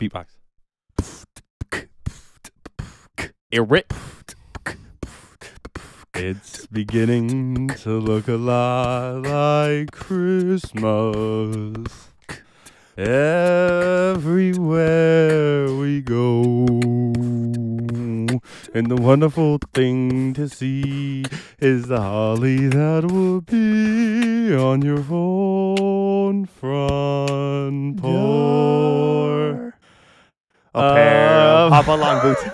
Beatbox. Irrit. It's beginning to look a lot like Christmas. Everywhere we go. And the wonderful thing to see is the holly that will be on your own front porch. A pair of Of- hop along boots.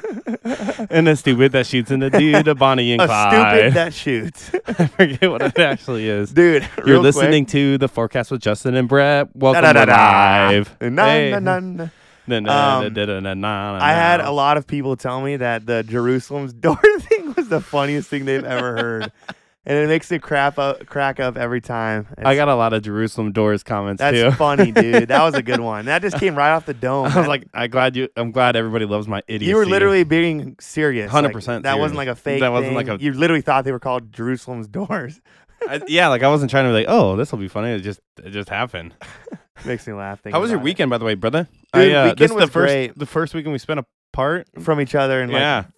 and a stupid that shoots in the dude of Bonnie and A stupid Clyde. that shoots. I forget what it actually is. Dude, You're real quick. listening to the forecast with Justin and Brett. Welcome Da, da, da, to da. live. Na, Hey. na, na, na. Na, na, Um, da, da, da, na, na, na, I had na. a lot of people tell me that the Jerusalem's door thing was the funniest thing they've ever heard. And it makes it crap up, crack up every time. I It's- got a lot of Jerusalem doors comments that's too. funny, dude. That was a good one. That just came right off the dome. I was like, I glad you. I'm glad everybody loves my idiocy. you were literally being serious. like, 100% That wasn't like serious. a fake. That wasn't thing. like a- You literally thought they were called Jerusalem's doors. I- yeah, like I wasn't trying to be like, oh, this will be funny. It just, it just happened. Makes me laugh. thinking How was your about it. weekend, by the way, brother? Dude, I, uh, this is weekend was the first, great. the first weekend we spent apart. from each other in yeah, like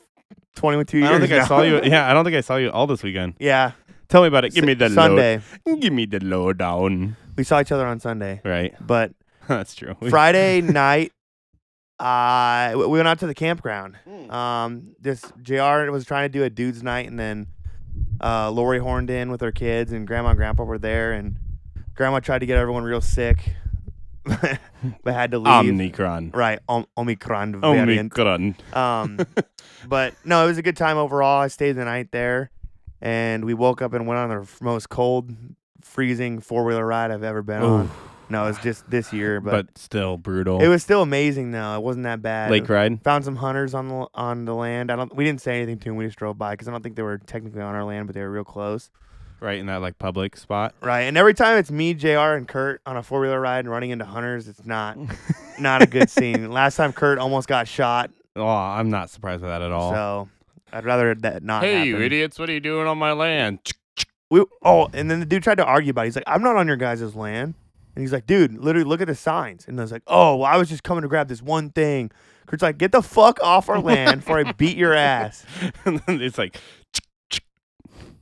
22 years. I don't think I now. saw you. Yeah, I don't think I saw you all this weekend. yeah. Tell me about it. Give me the Sunday. Low, give me the lowdown. We saw each other on Sunday, Right, but that's true. We- Friday night, uh, we went out to the campground. Um, this Jr. was trying to do a dudes' night, and then uh, Lori horned in with her kids, and Grandma and Grandpa were there, and Grandma tried to get everyone real sick, but had to leave. Omnicron. Right, om- Omicron variant. Omnicron. Um, but no, it was a good time overall. I stayed the night there, and we woke up and went on the f- most cold, freezing four wheeler ride I've ever been on. No, it was just this year, but, but, oh. still brutal. it was still amazing though. It wasn't that bad. Lake ride. Found some hunters on the on the land. I don't. We didn't say anything to them. We just drove by because I don't think they were technically on our land, but they were real close. Right in that like public spot. Right. And every time it's me, Jr. and Kurt on a four wheeler ride and running into hunters, it's not not a good scene. Last time Kurt almost got shot, Oh, I'm not surprised by that at all. so I'd rather that not. hey, you happen. idiots, what are you doing on my land? We oh, and then the dude tried to argue about. it. He's like, "I'm not on your guys' land," and he's like, "Dude, literally look at the signs." And I was like, "Oh, well, I was just coming to grab this one thing." Kurt's like, "Get the fuck off our land, before I beat your ass." And then it's like,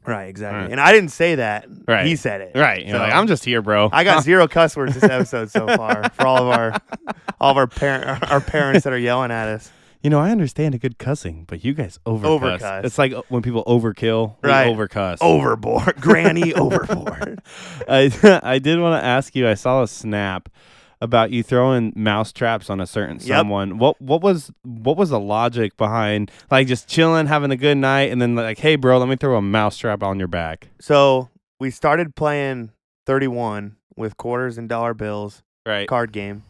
Right, exactly. Right. And I didn't say that. Right. he said it. right. You're So- like, I'm just here, bro. I got zero cuss words this episode so far for all of our all of our parent our parents that are yelling at us. you know, I understand a good cussing, but you guys over Overcuss. It's like uh, when people overkill, we Right. overcuss. Overboard, granny overboard. I, I did want to ask you. I saw a snap about you throwing mouse traps on a certain Yep. someone. What what was what was the logic behind like just chilling, having a good night, and then like, hey, bro, let me throw a mouse trap on your back, So we started playing thirty one with quarters and dollar bills. right? card game,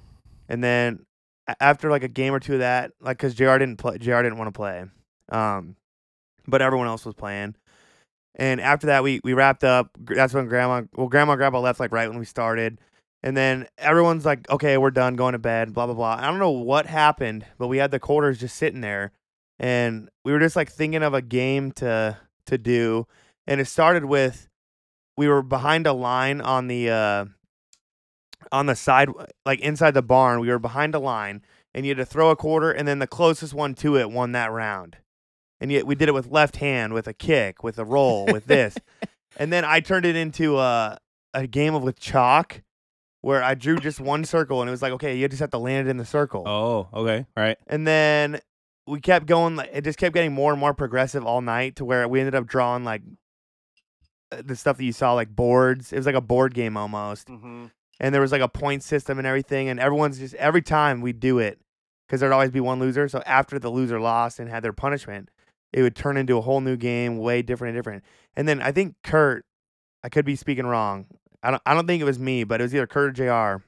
and then a- after like a game or two of that, like because Jr didn't play, Jr didn't want to play, um, but everyone else was playing. And after that, we we wrapped up. Gr- That's when Grandma, well, Grandma, and Grandpa left like right when we started, and then everyone's like, okay, we're done, going to bed, blah blah blah. I don't know what happened, but we had the quarters just sitting there, and we were just like thinking of a game to to do, and it started with we were behind a line on the uh on the side like inside the barn we were behind a line and you had to throw a quarter and then the closest one to it won that round and yet we did it with left hand with a kick with a roll with this and then i turned it into a, a game of with chalk where i drew just one circle and it was like okay you just have to land it in the circle Oh, okay, right. and then we kept going like it just kept getting more and more progressive all night to where we ended up drawing like uh, the stuff that you saw like boards it was like a board game almost and there was like a point system and everything and everyone's just every time we do it because there'd always be one loser so after the loser lost and had their punishment it would turn into a whole new game way different and different and then i think kurt i could be speaking wrong i don't, I don't think it was me but it was either kurt or jr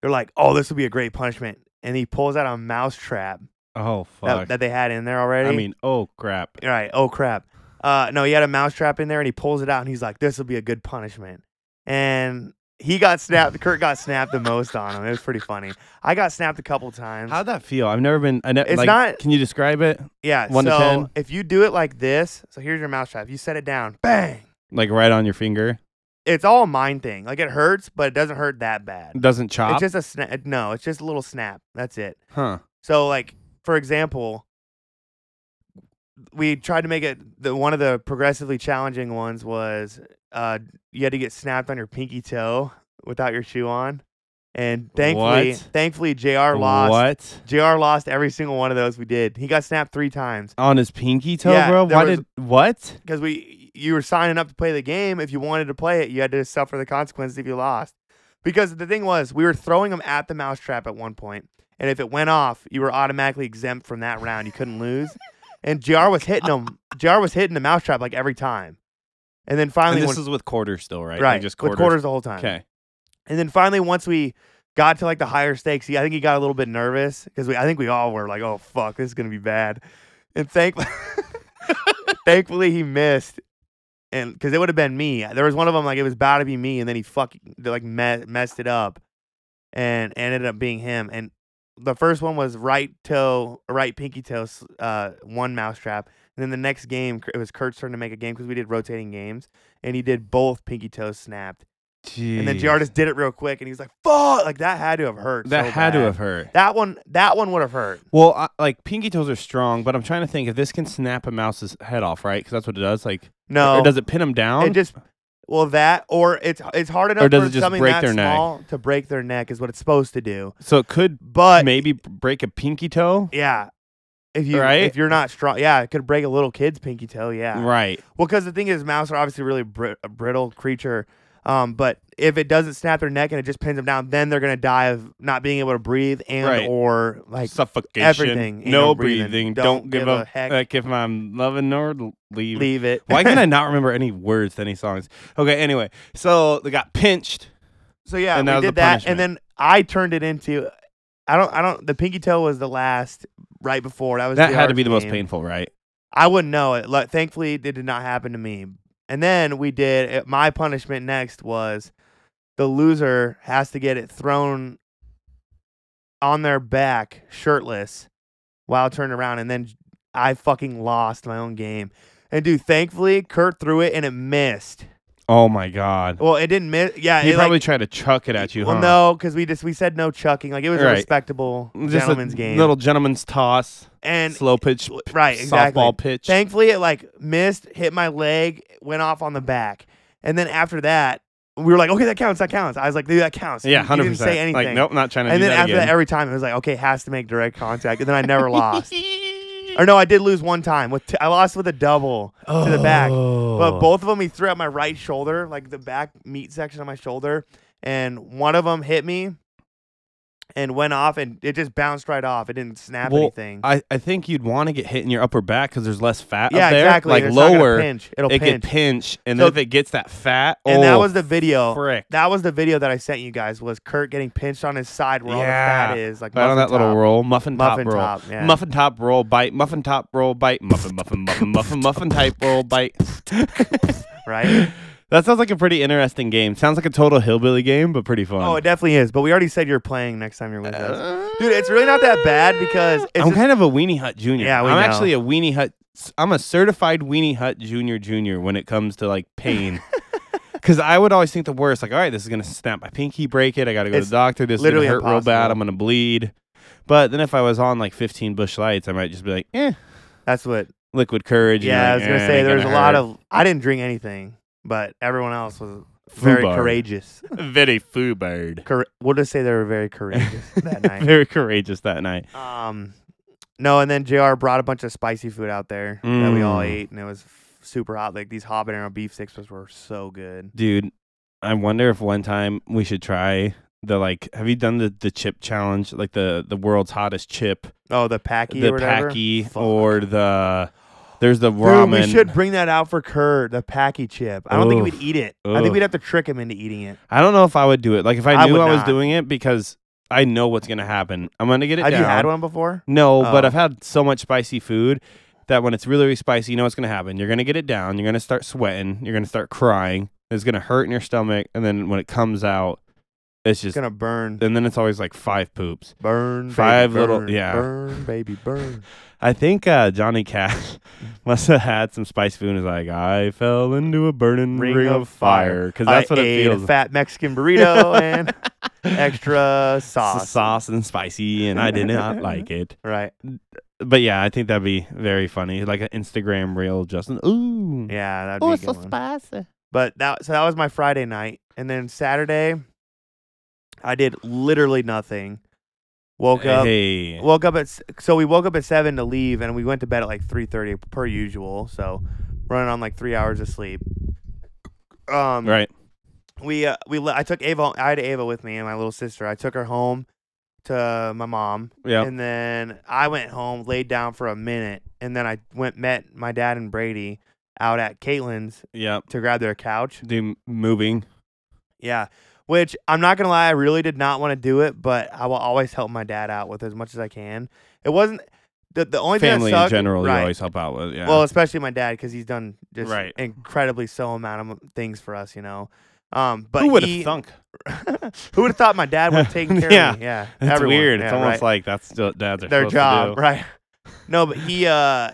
they're like oh this will be a great punishment and he pulls out a mouse trap Oh fuck. that, that they had in there already I mean, oh crap. all right. Oh crap. Uh, no, he had a mousetrap in there, and he pulls it out, and he's like, "This will be a good punishment." And he got snapped. Kurt got snapped the most on him. It was pretty funny. I got snapped a couple times. How'd that feel? I've never been. I ne- It's like, not- Can you describe it? yeah. one to so 10? if you do it like this, so here's your mousetrap. You set it down. Bang. Like right on your finger. it's all a mind thing. Like it hurts, but it doesn't hurt that bad. Doesn't chop. It's just a snap. No, it's just a little snap. That's it. huh. So like for example, we tried to make it the one of the progressively challenging ones was uh you had to get snapped on your pinky toe without your shoe on. And thankfully What? thankfully JR lost What? JR lost every single one of those we did. He got snapped 3 times On his pinky toe, Yeah, bro? there Why was- did. What? cuz we you were signing up to play the game if you wanted to play it, you had to suffer the consequences if you lost. Because the thing was, we were throwing them at the mousetrap at one point, and if it went off, you were automatically exempt from that round. You couldn't lose. And JR was hitting them. JR was hitting the mousetrap like every time. And then And finally, this one- is with quarters still, right? Like, right, Just with quarters. quarters the whole time. Okay. And then finally, once we got to like the higher stakes, he, I think he got a little bit nervous because I think we all were like, "Oh fuck, this is gonna be bad." And thank, thankfully, he missed, and because it would have been me. There was one of them like it was about to be me, and then he fucking they, like me- messed it up, and ended up being him. And the first one was right toe, right pinky toe, s- uh, one mousetrap. And then the next game, it was Kurt's turn to make a game because we did rotating games, and he did both pinky toes snapped. Jeez. And then JR just did it real quick, and he was like, "Fuck!" Like that had to have hurt. That so had to bad. have hurt. That one, that one would have hurt. Well, I, like pinky toes are strong, but I'm trying to think if this can snap a mouse's head off, right? Because that's what it does. Like, No, or does it pin them down? it just well that or it's it's hard enough does for it just something break that their neck? small to break their neck is what it's supposed to do. so it could But maybe b- break a pinky toe. yeah, if you Right? if you're not strong, yeah, it could break a little kid's pinky toe. Yeah, Right. Well, because the thing is, mouse are obviously really br- a brittle creature. Um, but if it doesn't snap their neck and it just pins them down, then they're gonna die of not being able to breathe and Right. or like Suffocation. everything, ain't No no breathing. breathing. Don't, give, a, heck. Like if I'm loving or l- leave. leave it. Why can I not remember any words to any songs? Okay. Anyway, so they got pinched. So yeah, And we that was the did that, punishment. and then I turned it into. I don't. I don't. The pinky toe was the last right before that was. That JR's had to be the most game. painful, right? I wouldn't know it. Like, thankfully, it did not happen to me. And then we did. It, my punishment next was the loser has to get it thrown on their back, shirtless, while turned around, and then I fucking lost my own game. And dude, thankfully, Kurt threw it and it missed. Oh my god. Well, it didn't miss. Yeah, He it, like, probably tried to chuck it at you. Well, huh? no, because we just we said no chucking. Like it was Right. a respectable Just gentleman's a game. little gentleman's toss, and slow pitch, w- right, exactly. softball pitch. thankfully, it like missed, hit my leg, went off on the back, and then after that, we were like, okay, that counts, that counts. I was like, dude, that counts. yeah, He- he hundred didn't percent. say anything. Like, nope, not trying to And do then that after again. that, every time it was like, okay, has to make direct contact, and then I never lost. Or no, I did lose one time. With t- I lost with a double. to the back. Oh. But both of them, he threw at my right shoulder, like the back meat section of my shoulder, and one of them hit me and went off, and it just bounced right off. It didn't snap Well, anything. I, I think you'd want to get hit in your upper back because there's less fat yeah, up there. exactly. Like It's not gonna lower, pinch. It'll it pinch. could pinch, and So- then if it gets that fat, and oh, that was the video. frick. That was the video that I sent you guys. Was Kurt getting pinched on his side where all the Yeah. fat is, like Right on that muffin little top. roll, muffin top Muffin roll, top, yeah. muffin top roll bite, muffin top roll bite, muffin muffin muffin muffin muffin type roll bite. right? that sounds like a pretty interesting game. Sounds like a total hillbilly game, but pretty fun. Oh, it definitely is. But we already said you're playing next time you're with us. Uh, Dude, it's really not that bad because it's I'm just- kind of a weenie hut junior. Yeah, we I'm know. actually a weenie hut. I'm a certified weenie hut junior junior when it comes to like pain. Because I would always think the worst, like, all right, this is gonna snap my pinky, break it. I gotta go to It's the doctor. This is gonna literally hurt real bad. impossible. I'm gonna bleed. But then if I was on like 15 bush lights, I might just be like, eh, That's what liquid courage. and Yeah, I was like, gonna eh, it say ain't there was a gonna lot hurt. of. I didn't drink anything, but everyone else was very Fubar. courageous. very foo bird, Cour- we'll just say they were very courageous that night. very courageous that night. Um, no, and then Jr. brought a bunch of spicy food out there that we all Mm. ate, and it was f- super hot. Like these habanero beef sticks was- were so good. Dude, I wonder if one time we should try the like. Have you done the the chip challenge? Like the the world's hottest chip, Oh, the packy, the or whatever. packy, Fuck. or the there's the Dude, ramen. we should bring that out for Kurt, the packy chip. I don't think he Oof. would eat it. I think Oof. we'd have to trick him into eating it. I don't know if I would do it. Like if I I knew would I, was not. doing it because I know what's gonna happen. I'm gonna get it Have down. you had one before? No, but Oh. I've had so much spicy food that when it's really, really spicy, you know what's gonna happen. You're gonna get it down. You're gonna start sweating. You're gonna start crying. It's gonna hurt in your stomach, and then when it comes out, It's just, gonna burn, and then it's always like five poops. burn, baby, five little- burn, yeah. burn, baby, burn. I think uh, Johnny Cash must have had some spicy food. And is like, I fell into a burning ring, of fire because that's I what ate it feels. a fat Mexican burrito and extra sauce. sauce Mm. and spicy, and I did not like it. Right? But yeah, I think that'd be very funny, like an Instagram reel. Justin, ooh, Yeah, that'd ooh, be a it's so good one. spicy. But that so that was my Friday night, and then Saturday, I did literally nothing. Woke up, Hey, woke up at s- so we woke up at seven to leave, and we went to bed at like three thirty per usual. So running on like three hours of sleep. Um, right, we uh, we le- I took Ava. I had Ava with me and my little sister. I took her home to my mom, yeah, and then I went home, laid down for a minute, and then I went met my dad and Brady out at Caitlin's yeah. to grab their couch. Do moving. Yeah. Which I'm not gonna lie, I really did not want to do it, but I will always help my dad out with as much as I can. It wasn't the the only family thing in that sucked, general you right. always help out with yeah Well, especially my dad because he's done just Right. incredibly so amount of things for us, you know. Um, but who would he- have thunk who would have thought my dad would have taken care Yeah. of me? Yeah, that's everyone. weird it's Yeah, almost right. like that's still dads are their supposed to job, do. right? No, but he, uh,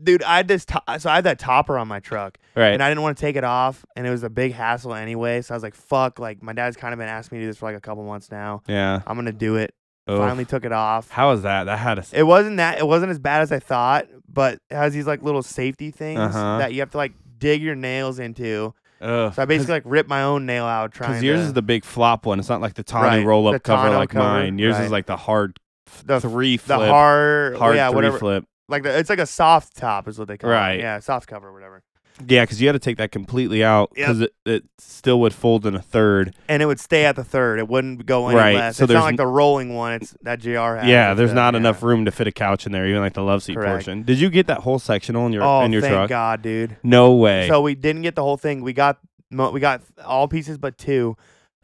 dude, I had this, to- so I had that topper on my truck, right and I didn't want to take it off, and it was a big hassle anyway. So I was like, "Fuck!" Like my dad's kind of been asking me to do this for like a couple months now. yeah I'm gonna do it. Oh. Finally took it off. how is that that had a It wasn't that. It wasn't as bad as I thought, but it has these like little safety things Uh-huh. that you have to like dig your nails into. because So I basically like ripped my own nail out trying. yours to, is the big flop one it's not like the tawny Right, roll the up cover tonneau like cover, mine yours right. is like the hard f- The- three the flip hard, hard yeah, three whatever. flip like the, it's like a soft top is what they call it. Right. Yeah, soft cover, or whatever. yeah because you had to take that completely out Yep. because it, it still would fold in a third And it would stay at the third. It wouldn't go any Right, less. so it's not there's like n- the rolling one. It's that Jr. Has yeah It's there's the- not yeah. enough room to fit a couch in there even like the love seat Correct. portion did you get that whole sectional in your Oh, in your thank truck God, dude. no way So we didn't get the whole thing. We got mo- we got all pieces but two.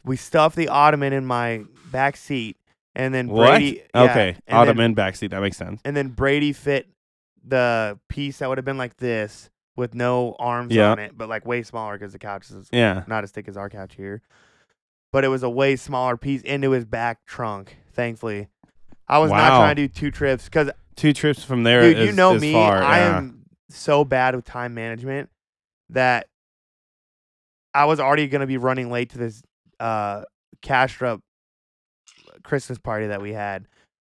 We stuffed the ottoman in my back seat, and then what Brady. yeah, okay and then- ottoman backseat that makes sense and then Brady fit the piece that would have been like this with no arms Yeah. on it, but like way smaller because the couch is yeah not as thick as our couch here, but it was a way smaller piece into his back trunk. Thankfully, I was not Wow. trying to do two trips because, two trips from there. dude, you is- know is me, far, I yeah. am so bad with time management that I was already gonna be running late to this uh, Cashrup Christmas party that we had,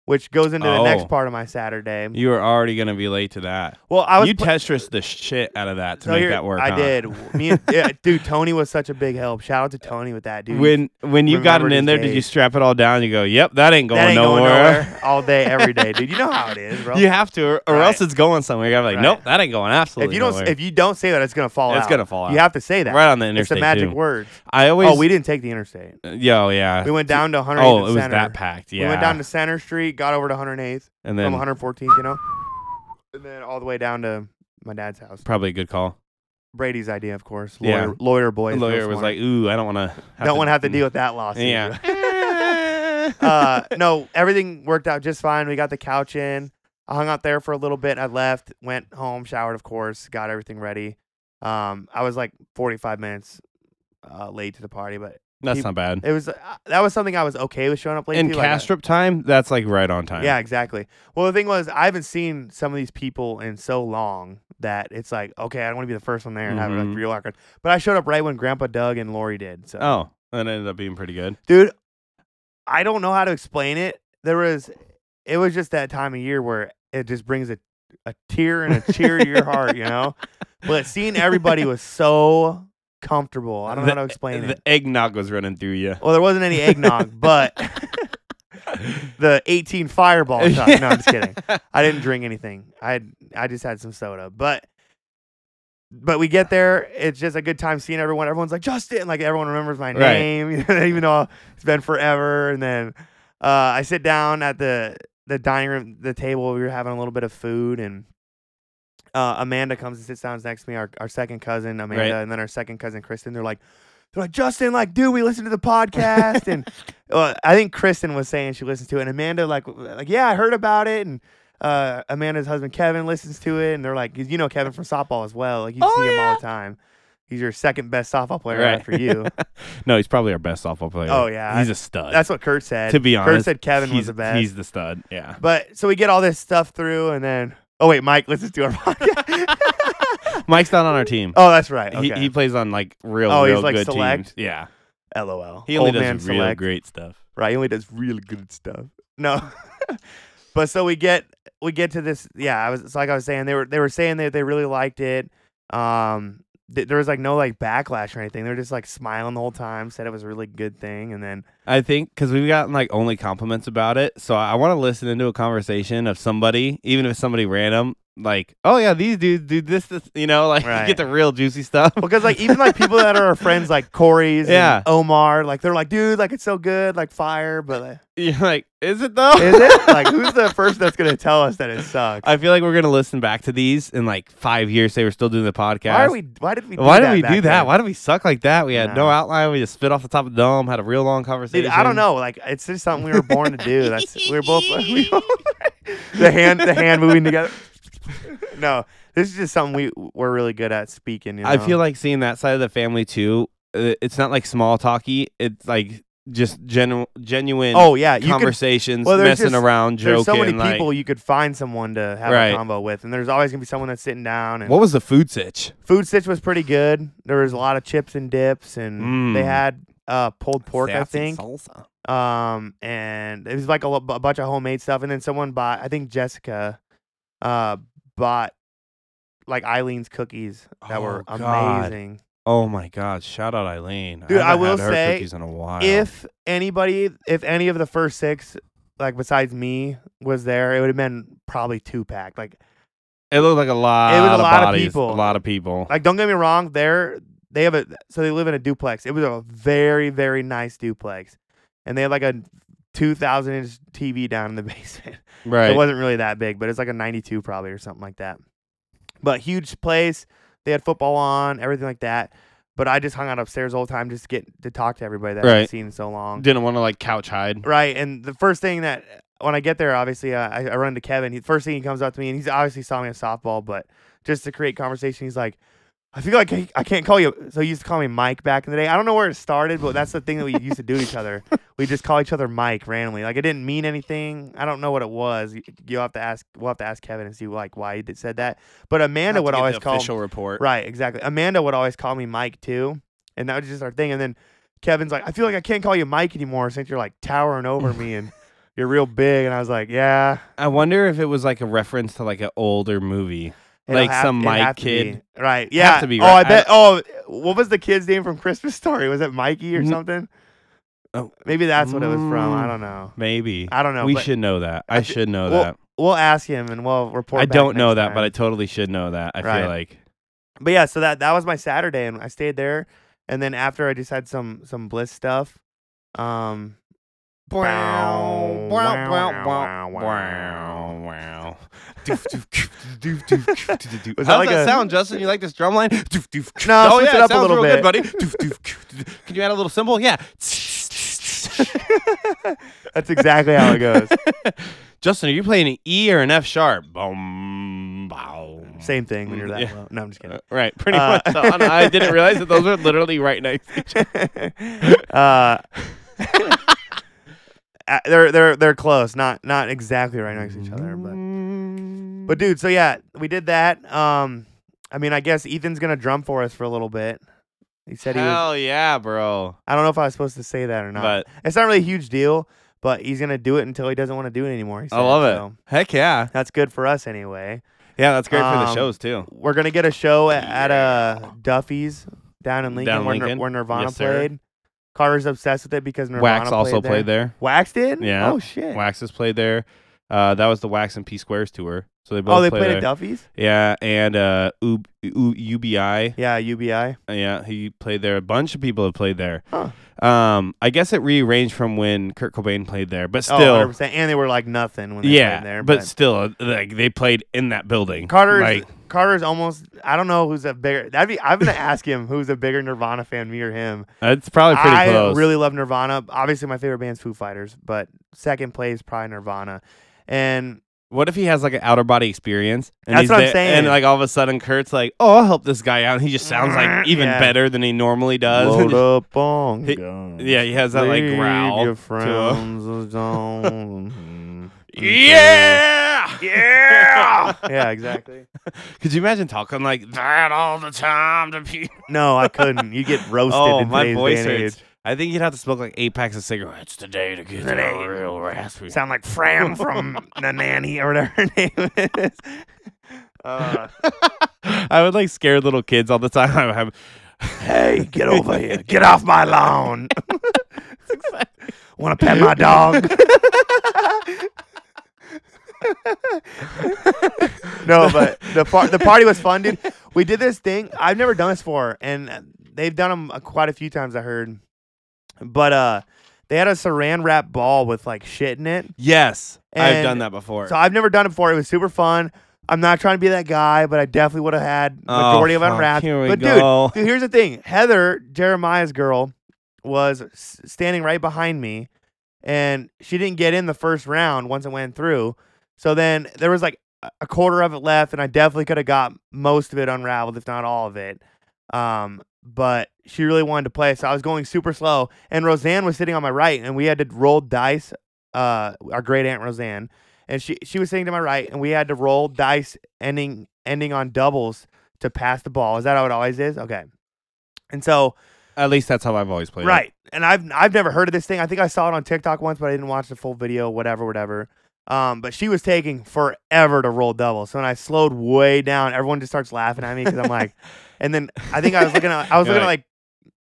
which goes into the next Oh. part of my Saturday. You are already gonna be late to that. well, I was you pla- Tetris the shit out of that to so make here- that work. I huh? did. Me and yeah, dude, Tony was such a big help. Shout out to Tony with that, dude. when when you got remembered it in his there, did you days. strap it all down? You go, yep, that ain't going that ain't nowhere. going nowhere all day, every day, dude. You know how it is, bro. You have to, or, or Right. else it's going somewhere. You gotta be like, Right. nope, that ain't going absolutely. if you don't, nowhere. if you don't say that, it's gonna fall it's out. gonna fall out. You have to say that. right on the It's interstate the magic too. words. I always. oh, we didn't take the interstate. Yo, yeah. We went down to 108th. Oh, it and was Center. that packed. Yeah. We went down to Center Street, got over to 108th and then from 114th, you know, and then all the way down to my dad's house. probably a good call. Brady's idea, of course. Yeah. Lawyer, lawyer boy. The is no lawyer was smart. like, ooh, I don't want to. don't want to have to deal with that lawsuit. Yeah. uh, no, everything worked out just fine. We got the couch in. I hung out there for a little bit. I left, went home, showered, of course, got everything ready. Um, I was like 45 minutes uh, late to the party, but That's he- not bad. it was uh, that was something I was okay with showing up late. In to, like, I- cash strip time, that's like right on time. yeah, exactly. Well, the thing was, I haven't seen some of these people in so long that it's like, okay, I don't want to be the first one there and have it Mhm. like real awkward. But I showed up right when Grandpa Doug and Lori did. So, Oh, that ended up being pretty good. dude, I don't know how to explain it. There was, it was just that time of year where it just brings a, a tear and a cheer to your heart, you know. But seeing everybody was so comfortable. I don't know how to explain The it. eggnog was running through you. Well, there wasn't any eggnog, but the 18 fireball shot. No, I'm just kidding. I didn't drink anything. I had, I just had some soda. But but we get there. It's just a good time seeing everyone. Everyone's like Justin. Like everyone remembers my Right. name, even though it's been forever. And then uh, I sit down at the the dining room, the table. We were having a little bit of food, and uh, Amanda comes and sits down next to me. Our our second cousin Amanda, Right. and then our second cousin Kristen. They're like. They're like, Justin, like, dude, we listen to the podcast. And uh, I think Kristen was saying she listens to it. And Amanda, like, w- like, yeah, I heard about it. And uh, Amanda's husband, Kevin, listens to it. And they're like, 'cause you know Kevin from softball as well. Like, you Oh, see him yeah. all the time. He's your second best softball player Right. after you. No, he's probably our best softball player. Oh, yeah. he's a stud. That's what Kurt said. to be Kurt honest. said Kevin he's, was the best. He's the stud. Yeah. But so we get all this stuff through, and then oh wait, Mike, let's just do our podcast. Mike's not on our team. oh, that's right. Okay. He, he plays on like real, Oh, he's, real like, good teams. select? Yeah, LOL. he only Old does man real select. great stuff. Right. He only does really good stuff. No. but so we get we get to this. Yeah. I was it's like I was saying they were they were saying that they really liked it. Um. th- There was like no like backlash or anything. They were just like smiling the whole time. Said it was a really good thing, and then I think because we've gotten like only compliments about it, so I want to listen into a conversation of somebody, even if it's somebody random, like, oh yeah, these dudes do this, this you know, like Right. you get the real juicy stuff. because like even like people that are our friends like Corey's, Yeah. and Omar, like they're like, dude, like it's so good, like fire, but like, You're like, is it though? Is it? Like, who's the person that's going to tell us that it sucks? I feel like we're gonna listen back to these in like five years. Say we're still doing the podcast. Why are we? Why did we? Do Why that did we back do that? then? Why did we suck like that? We had no No. outline. We just spit off the top of the dome. Had a real long conversation. Dude, I don't know. Like, it's just something we were born to do. That's we were both we both- the hand the hand moving together. No, this is just something we we're really good at speaking. You know? I feel like seeing that side of the family too. uh, It's not like small talky. It's like just genu- genuine Oh yeah, you could. conversations, well, there's messing just- around, joking. There's so many like- people you could find someone to have Right. a combo with, and there's always gonna be someone that's sitting down. And what was the food sitch? food stitch was pretty good. There was a lot of chips and dips, and they Mm. had uh, pulled pork, I Sassy think. salsa. um and it was like a, lo- a bunch of homemade stuff and then someone bought i think jessica uh bought like eileen's cookies that were Oh, God. amazing Oh my God! Shout out Eileen. Dude, I haven't will had her say, cookies in a while. if anybody if any of the first six like besides me was there it would have been probably two packed like it looked like a lot, a lot of bodies, people. a lot of people. like don't get me wrong they're they have a so they live in a duplex it was a very very nice duplex and they had like a 2000 inch tv down in the basement right. It wasn't really that big, but it's like a 92 probably or something like that. But huge place. They had football on, everything like that. But I just hung out upstairs all the time just to get to talk to everybody that I Right. have seen in so long. Didn't want to like couch hide. Right. And the first thing that when I get there, obviously uh, I, I run into Kevin. He, first thing he comes up to me, and he's obviously saw me at softball, but just to create conversation, he's like, I feel like I- I can't call you. So he used to call me Mike back in the day. I don't know where it started, but that's the thing that we used to do to each other. We just call each other Mike randomly. Like it didn't mean anything. I don't know what it was. You- You'll have to ask. We'll have to ask Kevin and see like why he did, said that. But Amanda Have would to get always the call official report. Right, exactly. Amanda would always call me Mike too, and that was just our thing. And then Kevin's like, I feel like I can't call you Mike anymore since you're like towering over me and you're real big. And I was like, Yeah, I wonder if it was like a reference to like an older movie. it'll Like some it'll Mike have to kid. be. right? Yeah. to be, oh, right? I bet. oh, what was the kid's name from Christmas Story? Was it Mikey or Mm. something? Oh. maybe that's what it was from. I Mm. don't know. Maybe. I don't know. we but should know that. I, I thi- should know well, that. We'll ask him and we'll report. I back don't know next that, time. but I totally should know that. I Right. feel like but yeah, so that that was my Saturday, and I stayed there. And then after I just had some some bliss stuff. Um, Wow, wow, wow, wow, wow, Was Was that How's like that a- sound, Justin? You like this drum line? No, No, oh switch yeah, it up a sounds little real good, bit. buddy. Doof, doof, doof. Can you add a little symbol? Yeah. that's exactly how it goes. Justin, are you playing an E or an F sharp? Boom, bow. Same thing when you're that Yeah. low. No, I'm just kidding. Uh, right, pretty Uh, much. So, I, don't- I didn't realize that those were literally right next. to each uh, uh, they're they're they're close, not not exactly right next to each other, but Mm. but dude, so yeah, we did that. Um, I mean, I guess Ethan's gonna drum for us for a little bit. He said he was. hell yeah, bro. I don't know if I was supposed to say that or not. But it's not really a huge deal, but he's gonna do it until he doesn't want to do it anymore. he I said, love it. so Heck yeah, that's good for us anyway. yeah. That's great for the Um, shows too. We're gonna get a show at, at uh Duffy's down in Lincoln, Down in where, Nir- Lincoln? where Nirvana Yes, sir. played. Carter's obsessed with it because Nirvana Wax also played there. there. Wax did? Yeah. Oh shit. Wax has played there. Uh, that was the Wax and P Squares tour. So they both oh, they play played there. at Duffy's. Yeah, and uh, U- U- UBI. Yeah, UBI. Yeah, he played there. A bunch of people have played there. Huh. Um, I guess it rearranged from when Kurt Cobain played there, but Oh, still, 100%. and they were like nothing when they yeah, played there. but, still, uh, like they played in that building. Carter's like, Carter's almost. I don't know who's a bigger. That'd be. I'm gonna ask him who's a bigger Nirvana fan, me or him. it's probably pretty I close. really love Nirvana. Obviously, my favorite band's Foo Fighters, but second place probably Nirvana. And What if he has like an outer body experience? That's he's what I'm there- saying. And like all of a sudden, Kurt's like, "Oh, I'll help this guy out." And he just sounds like even Yeah. better than he normally does. Load up on He- guns. yeah, he has that like Leave growl. Your to him. friends alone. Yeah, yeah. yeah, exactly. Could you imagine talking like that all the time to people? No, I couldn't. You get roasted. Oh, in my today's voice day and hurts. age. I think you'd have to smoke like eight packs of cigarettes today to get that real raspy. Sound like Fran from the nanny or whatever her name is. Uh, I would like scare little kids all the time. I would have, hey, get over here. Get off my lawn. Want to pet my dog? no, but the par- the party was fun, dude. We did this thing. I've never done this before, and they've done them quite a few times. I heard, but uh, they had a saran wrap ball with like shit in it. yes, I've And done that before. So I've never done it before. It was super fun. I'm not trying to be that guy, but I definitely would have had majority oh, of fuck, unwrapped. Here we but dude, go. Dude, here's the thing. Heather, Jeremiah's girl, was s- standing right behind me, and she didn't get in the first round once it went through. So then there was like a- a quarter of it left, and I definitely could have got most of it unraveled, if not all of it. Um, but she really wanted to play, so I was going super slow. And Roseanne was sitting on my right, and we had to roll dice. Uh, our great aunt Roseanne, and she she was sitting to my right, and we had to roll dice ending ending on doubles to pass the ball. Is that how it always is? Okay. And so, At least that's how I've always played. it. right. And I've I've never heard of this thing. I think I saw it on TikTok once, but I didn't watch the full video, whatever, whatever. Um, but she was taking forever to roll doubles. So when I slowed way down, everyone just starts laughing at me because I'm like, and then I think I was looking at I was You're looking at like,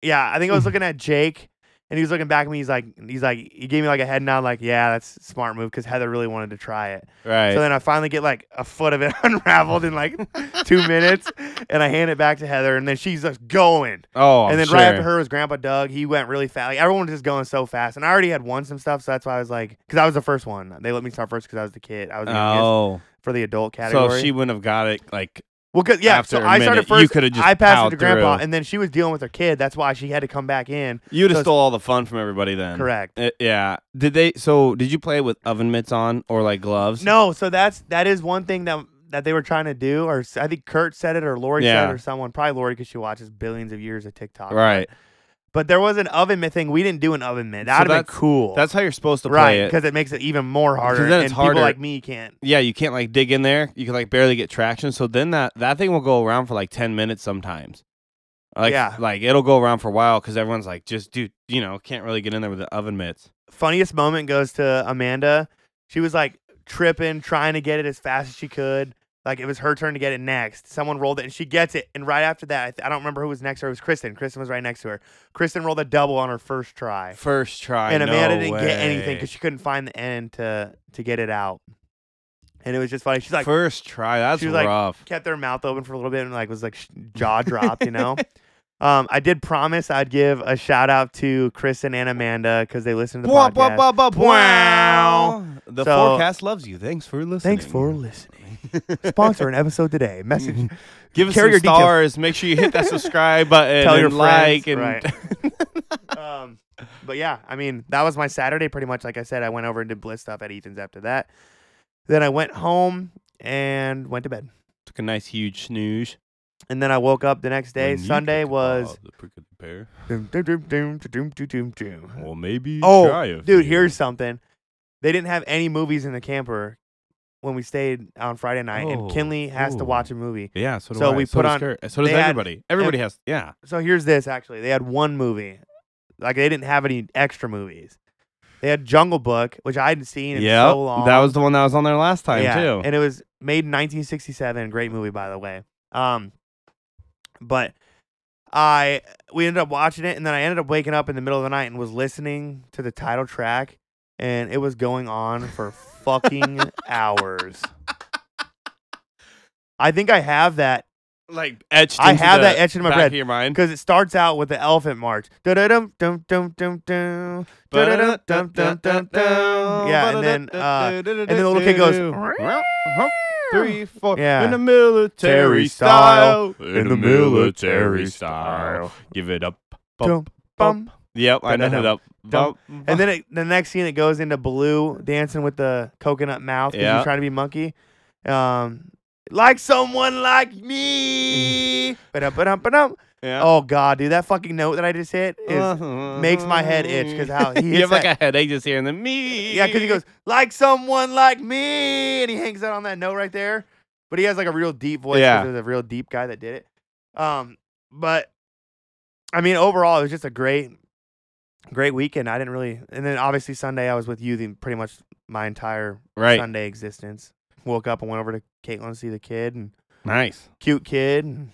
yeah, I think I was looking at Jake, and he was looking back at me. He's like, he's like, he gave me like a head nod, like, yeah, that's a smart move because Heather really wanted to try it. Right. So then I finally get like a foot of it unraveled in like two minutes, and I hand it back to Heather, and then she's just going. oh, I'm and then sure. right after her was Grandpa Doug. He went really fast. Like everyone was just going so fast, and I already had won some stuff, so that's why I was like, because I was the first one. They let me start first because I was the kid. I was the youngest Oh, for the adult so category. if she wouldn't have got it. Like, well, 'cause- yeah, so after a I started minute, you first. coulda just I passed it plowed to Grandpa, through. and then she was dealing with her kid. That's why she had to come back in. you'd have So- stole all the fun from everybody then. Correct. Uh, yeah. Did they? So did you play with oven mitts on or like gloves? No, so that's that is one thing that that they were trying to do, or s- I think Kurt said it, or Lori said Yeah. it, or someone probably Lori because she watches billions of years of TikTok. Right. But there was an oven mitt thing. We didn't do an oven mitt. That'd have been that's- cool. That's how you're supposed to right play it. because it makes it even more harder. then it's and harder. people like me can't. Yeah, you can't like dig in there. You can like barely get traction. So then that that thing will go around for like ten minutes sometimes. Like, Yeah. like it'll go around for a while because everyone's like, just dude, you know, can't really get in there with the oven mitts. Funniest moment goes to Amanda. She was like tripping, trying to get it as fast as she could. Like it was her turn to get it next. Someone rolled it and she gets it. And right after that, I, th- I don't remember who was next to her. It was Kristen. Kristen was right next to her. Kristen rolled a double on her first try. First try, and Amanda no didn't get anything way. because she couldn't find the end to to get it out. And it was just funny. She's like First try, that's she was like- rough. kept their mouth open for a little bit and like was like sh- jaw dropped, you know. Um, I did promise I'd give a shout out to Kristen and Amanda because they listen to the Bwah, podcast. bwah, bwah, bwah, bwah. The So- forecast loves you. Thanks for listening. Thanks for listening. Sponsor an episode today. Message. Give us Carry some your details. stars. Make sure you hit that subscribe button. Tell your and like and friends, um, but yeah, I mean that was my Saturday pretty much. Like I said, I went over and did bliss stuff at Ethan's after that. Then I went home and went to bed. took a nice huge snooze. And then I woke up the next day. When you Sunday took a was bob, the prick of the pear. Doom, doom, doom, doom, doom, doom, doom, doom. Well, maybe. try Oh, a dude, few. here's something. They didn't have any movies in the camper when we stayed on Friday night, Oh, and Kinley has to cool. watch a movie. Yeah, so, do So I. we so put does on- Kurt. So does they had- everybody. everybody has. Yeah. So here's this actually. They had one movie. Like they didn't have any extra movies. They had Jungle Book, which I hadn't seen in Yeah. so long. that was the one that was on there last time yeah, too. And it was made in 1967. Great movie, by the way. Um, but I we ended up watching it, and then I ended up waking up in the middle of the night and was listening to the title track, and it was going on for fucking hours. I think I have that like etched. I into have the that etched in my back brain. of your mind. because it starts out with the elephant march. Dum dum dum dum dum. Yeah, and then, uh, and then the little kid goes, three, four, Yeah. in the military Terry style, style, in the military style, give it up, bump, Bum. Yep, I know it Ba-da-dum. up. Dump. Bump- And then it, the next scene, it goes into Blue dancing with the coconut mouth because Yeah. he's trying to be monkey. Um, like someone like me. Ba-dum, ba-dum, ba-dum. yeah. Oh God, dude, that fucking note that I just hit Uh-huh. is makes my head itch 'cause how he you have hits like a that- headache just hearing the me. yeah, because he goes like someone like me, and he hangs out on that note right there. But he has like a real deep voice. Yeah. Yeah, there's a real deep guy that did it. Um, but I mean, overall, it was just a great, great weekend. I didn't really, and then obviously Sunday I was with you the pretty much my entire right. Sunday existence. Woke up and went over to Caitlin to see the kid and Nice. cute kid. And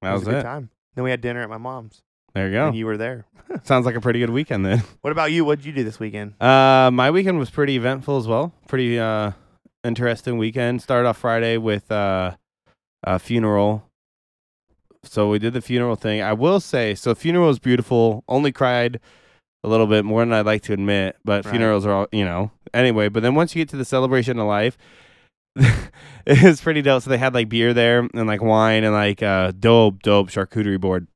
That was, a good it. time. Then we had dinner at my mom's, There you go. and you were there. Sounds like a pretty good weekend then. What about you? What'd you do this weekend? Uh, my weekend was pretty eventful as well. Pretty uh, interesting weekend. Started off Friday with uh, a funeral. So we did the funeral thing. I will say, so funeral is beautiful. Only cried a little bit more than I'd like to admit, but Right. funerals are all, you know. Anyway, but then once you get to the celebration of life, it's pretty dope. So they had like beer there and like wine and like uh, dope, dope charcuterie board.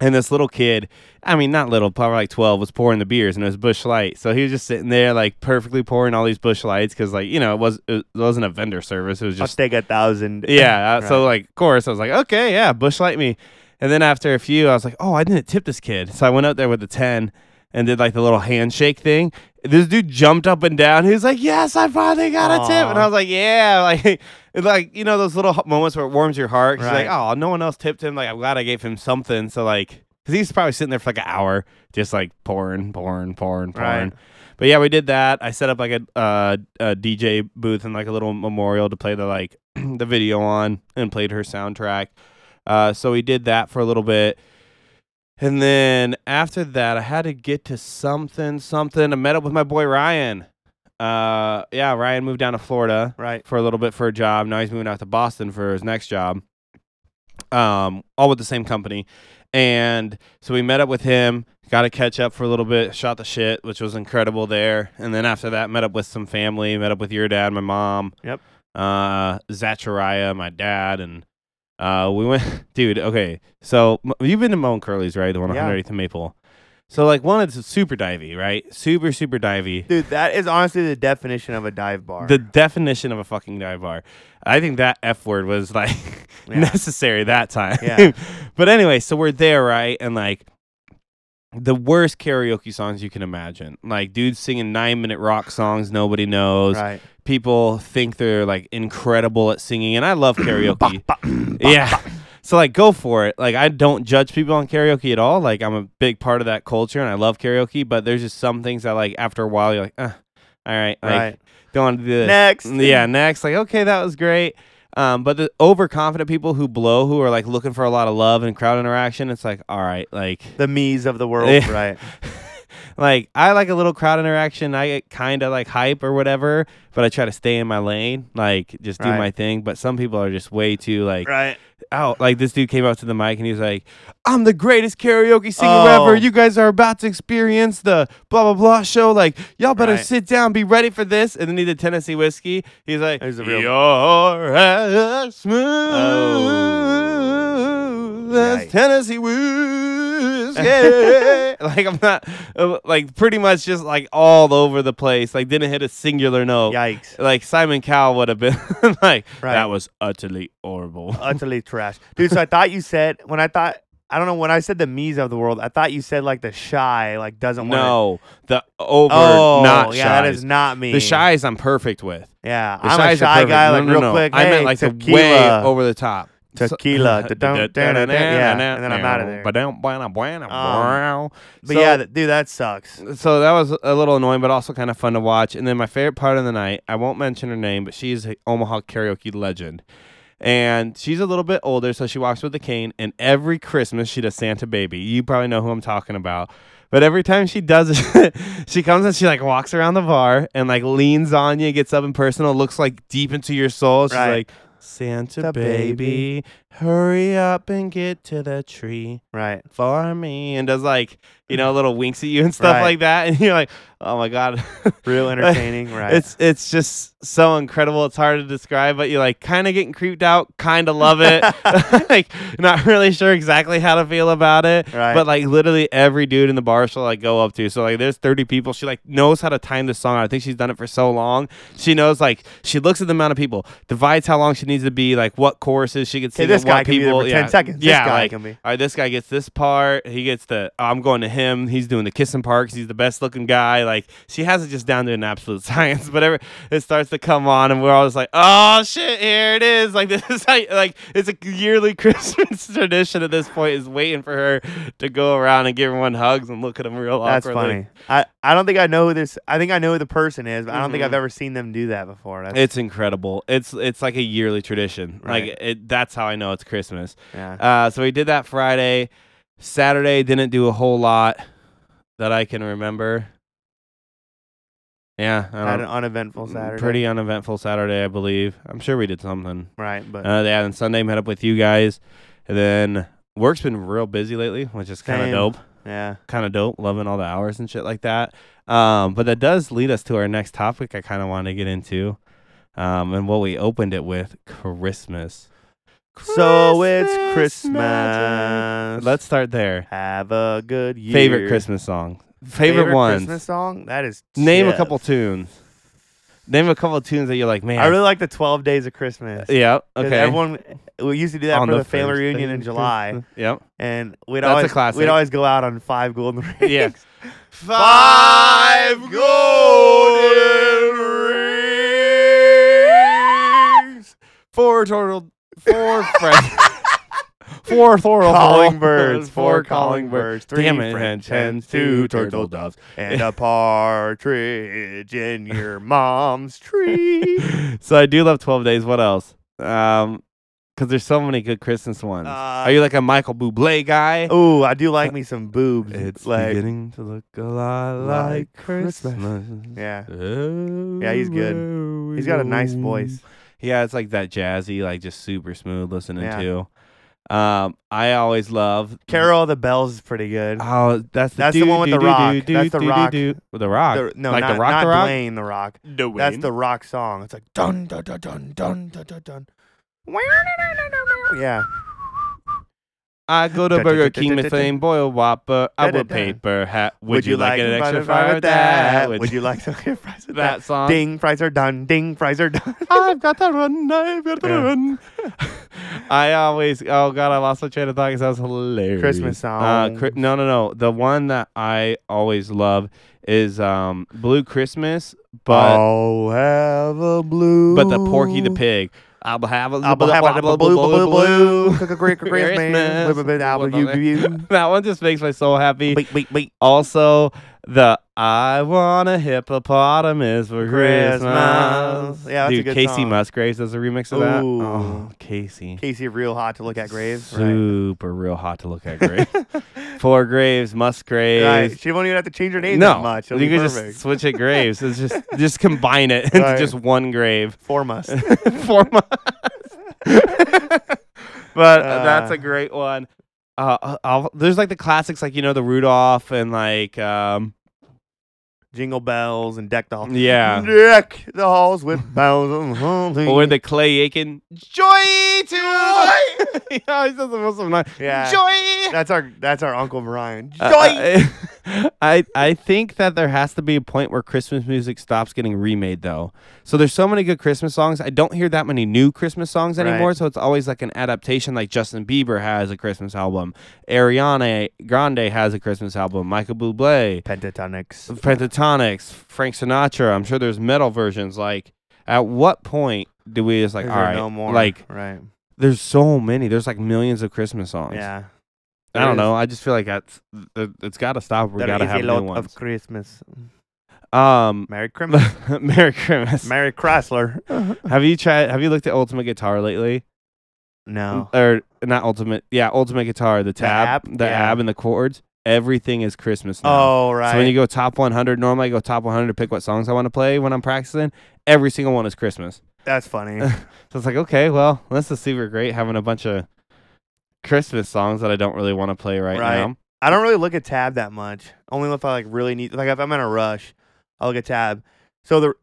And this little kid, I mean, not little, probably like 12, was pouring the beers and it was Bush Light. So he was just sitting there, like perfectly pouring all these Bush Lights because, like, you know, it, was, it wasn't a vendor service. It was I'll just take a thousand. yeah. uh, So Right. like, of course, I was like, okay, yeah, bush light me. And then after a few, I was like, oh, I didn't tip this kid. So I went out there with the ten and did like the little handshake thing. This dude jumped up and down. He was like, yes, I finally got a tip. And I Aw. was like, yeah, like. it's Like you know those little h- moments where it warms your heart. 'cause you're Right. like, oh, no one else tipped him. Like I'm glad I gave him something. So like, because he's probably sitting there for like an hour, just like pouring, pouring, pouring, pouring. Right. But yeah, we did that. I set up like a, uh, a DJ booth and like a little memorial to play the like the video on and played her soundtrack. Uh, so we did that for a little bit. And then after that, I had to get to something, something. I met up with my boy Ryan. Uh, yeah, Ryan moved down to Florida Right. for a little bit for a job. Now he's moving out to Boston for his next job. Um, all with the same company. And so we met up with him, got to catch up for a little bit, shot the shit, which was incredible there. And then after that, met up with some family, met up with your dad, my mom. Yep. Uh, Zachariah, my dad, and uh, we went, dude. Okay, so m- you've been to Moan Curly's, right? The one on Yeah. 108th and Maple. So like one, it's super divey, right? Super, super divey. Dude, that is honestly the definition of a dive bar. The definition of a fucking dive bar. I think that F word was like Yeah. necessary that time. Yeah. but anyway, so we're there, right? And like the worst karaoke songs you can imagine. Like dudes singing nine minute rock songs nobody knows. right. People think they're like incredible at singing, and I love karaoke. yeah. So like go for it. Like I don't judge people on karaoke at all. Like I'm a big part of that culture and I love karaoke, but there's just some things that like after a while you're like, uh, all right, like Right. don't want to do this. Next. Mm, Yeah, next. Like, okay, that was great. Um, but the overconfident people who blow, who are like looking for a lot of love and crowd interaction, it's like, all right, like, The me's of the world. Yeah. Right. like I like a little crowd interaction. I get kind of like hype or whatever, but I try to stay in my lane, like just do Right. my thing. But some people are just way too like Right. out. Like this dude came out to the mic and he was like, "I'm the greatest karaoke singer Oh. ever. You guys are about to experience the blah blah blah show. Like y'all better Right. sit down, be ready for this." And then he did Tennessee whiskey. He's like, There's a real- Oh. "You're as smooth as Yikes. Tennessee whiskey." like I'm not uh, like pretty much just like all over the place. Like didn't hit a singular note. Yikes. Like Simon Cowell would have been like Right. that was utterly horrible. Utterly trash, dude. So I thought you said when I thought I don't know when I said the me's of the world, I thought you said like the shy like doesn't want. No, the over, Oh, not yeah, that shies. is not me. the shies I'm perfect with. Yeah, The I'm a shies are shy perfect. guy. No, Like no, real no. quick. I hey, meant like the tequila. way over the top. Tequila. Da-dum, da-da-da, yeah, and then I'm outta there. there. But yeah, th- dude, that sucks. so that was a little annoying, but also kind of fun to watch. And then my favorite part of the night, I won't mention her name, but she's an Omaha karaoke legend. And she's a little bit older, so she walks with a cane. And every Christmas, she does Santa Baby. You probably know who I'm talking about. But every time she does it, she comes and she like walks around the bar and like leans on you, gets up and personal, looks like deep into your soul. She's Right. like, Santa The baby, baby. hurry up and get to the tree Right. for me, and does like you know little winks at you and stuff Right. like that, and you're like, oh my god, Real entertaining. Right. It's it's just so incredible. It's hard to describe, but you're like kind of getting creeped out, kind of love it, like not really sure exactly how to feel about it. Right. But like literally every dude in the bar she'll like go up to. So like there's 30 people. She like knows how to time the song. I think she's done it for so long. She knows like she looks at the amount of people, divides how long she needs to be, like what choruses she could hey, sing. this at what guy can be there people. for yeah. ten seconds. This Yeah, guy like, can be. all right, this guy gets this part. He gets the oh, I'm going to him. He's doing the kissing part 'cause he's the best looking guy. Like she has it just down to an absolute science. But ever it starts to come on, and we're all just like, oh shit, here it is. Like this is how, you- like it's a yearly Christmas tradition at this point is waiting for her to go around and give everyone hugs and look at them real That's awkwardly. funny. I, I don't think I know who this. I think I know who the person is, but I don't think Mhm. I've ever seen them do that before. That's, It's incredible. It's it's like a yearly tradition. Right. Like it, that's how I know it's Christmas. yeah. Uh, so we did that Friday. Saturday didn't do a whole lot that I can remember. Yeah, I Had don't- Mm, an uneventful Saturday. Pretty uneventful Saturday, I believe. I'm sure we did something. Right, but Uh, yeah, and Sunday met up with you guys, and then work's been real busy lately, which is kind of Same. dope. yeah. Kind of dope, loving all the hours and shit like that. Um, but that does lead us to our next topic. I kind of want to get into, um, and what we opened it with Christmas. So it's Christmas Christmas. magic. Let's start there. have a good year. Favorite Christmas song. Favorite, ones. Christmas song? That is Name a shit. couple tunes. Name a couple tunes that you're like, man. I really like the Twelve Days of Christmas. yeah. 'Cause Okay. Everyone we used to do that On for the, the family first reunion day in of July, Yep. and we'd That's a always classic. we'd always go out on five golden rings. Yeah. Five golden rings. Four turtle. Four friends. Four turtle. calling birds, four calling birds, three Damn it, French hens, hens, two two turtle turtle doves. and a partridge in your mom's tree. so I do love Twelve Days. What else? Um, because there's so many good Christmas ones. Are you like a Michael Bublé guy? Oh, Uh, I do like me some boobs. It's like beginning to look a lot like, like Christmas. Christmas. yeah, Yeah, he's good. he's got a nice voice. oh. Yeah, it's like that jazzy, like just super smooth listening Yeah. to. Um, I always love Carol of the Bells is pretty good. Oh, that's the That's the one with the doo-doo-doo-doo, rock. That's the rock. doo-doo-doo. With the rock. The- no, like not, the rock. not the rock. Dwayne the Rock. Dwayne. That's the rock song. It's like dun dun dun dun dun dun dun dun. Yeah, I go to Da- da- Burger da- da- King da- with da- flame boil whopper. I Da- da- would da. paper hat. Would you like an fries extra with fry with that? Would you like some fries with that? that song? Ding, fries are done. Ding, fries are done. I've got to run. I've got to Yeah. run. I always. Oh God, I lost my train of thought because that was hilarious. Christmas Uh, cri- songs. no, no, no. The one that I always love is um, Blue Christmas, but I'll have a blue. but the Porky the Pig. I'll have a Oh. I'll have a blue, blue, blue, blue. Cook a great Christmas. Christmas. Blue, blue, blue, blue, blue, blue, blue. That one just makes my soul happy. Wait, wait, wait. Also, the I want a hippopotamus for Christmas. Christmas. Yeah, that's a Dude, good Casey song. Musgraves does a remix of that. Ooh. Oh, Casey. Casey, real hot to look at graves. Right. Super real hot to look at grave. Four graves, right. Musgraves. She won't even have to change her name No, that much. It'll you be could perfect. just switch it graves. It's just just combine it into Right. just one grave. Form us. Four but uh, that's Uh. a great one. Uh, I'll- I'll, there's like the classics, like you know the Rudolph and like um, Jingle bells and deck the halls. yeah, Deck the halls with bells and holly. or the Clay Aiken Joy to Joy. yeah, he says the most nice. Yeah. Joy. That's our that's our Uncle Brian. Joy. Uh, uh, I I think that there has to be a point where Christmas music stops getting remade though. So there's so many good Christmas songs. I don't hear that many new Christmas songs Right. anymore. So it's always like an adaptation. Like Justin Bieber has a Christmas album. Ariana Grande has a Christmas album. Michael Bublé, Pentatonics. Pentatonics, Frank Sinatra. I'm sure there's metal versions. Like at what point do we just like Is all there right? no more. Like right. there's so many. There's like millions of Christmas songs. Yeah. I don't There is- know. I just feel like that's th- it's got to stop. We There got to is have a new lot ones. of Christmas. Um, Merry Christmas. Merry Christmas. Merry Chrysler. have you tried? Have you looked at Ultimate Guitar lately? no. Or not Ultimate? Yeah, Ultimate Guitar. The tab, app? the, Yeah. ab, and the chords. Everything is Christmas now. Oh right. So when you go top 100, normally I go top 100 to pick what songs I want to play when I'm practicing. Every single one is Christmas. That's funny. So it's like, okay, well, let's just see. We're great having a bunch of Christmas songs that I don't really want to play right, Right. now. I don't really look at tab that much. Only if I like really need like if I'm in a rush, I'll look at tab. So the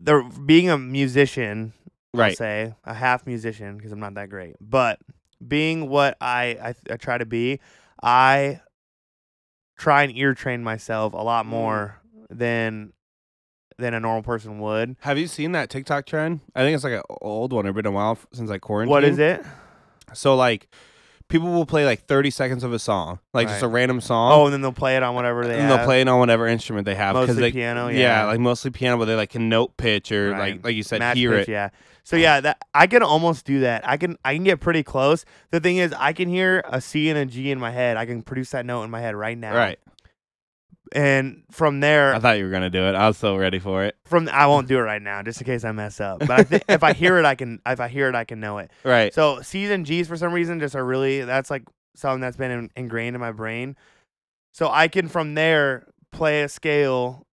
the being a musician, I'll Right. say a half musician because I'm not that great, but being what I, I I try to be, I try and ear train myself a Mm. lot more than than a normal person would. Have you seen that TikTok trend? I think it's like an old one. It's been a while f- since like quarantine. What is it? So like, people will play like 30 seconds of a song, like just a Right. random Oh, song. and then they'll play it on whatever they and they'll have. play it on whatever instrument they have. 'cause Mostly they, piano, yeah. like mostly piano, but they like can note pitch or Right. like like you said, Match hear pitch, it. Yeah. So yeah, that I can almost do that. I can I can get pretty close. The thing is, I can hear a C and a G in my head. I can produce that note in my head right now. Right. And from there, I thought you were gonna do it. I was so ready for it. from I won't do it right now, just in case I mess up. But I th- if I hear it, I can. If I hear it, I can know it. Right. So C's and G's for some reason just are really that's like something that's been in, ingrained in my brain. So I can from there play a scale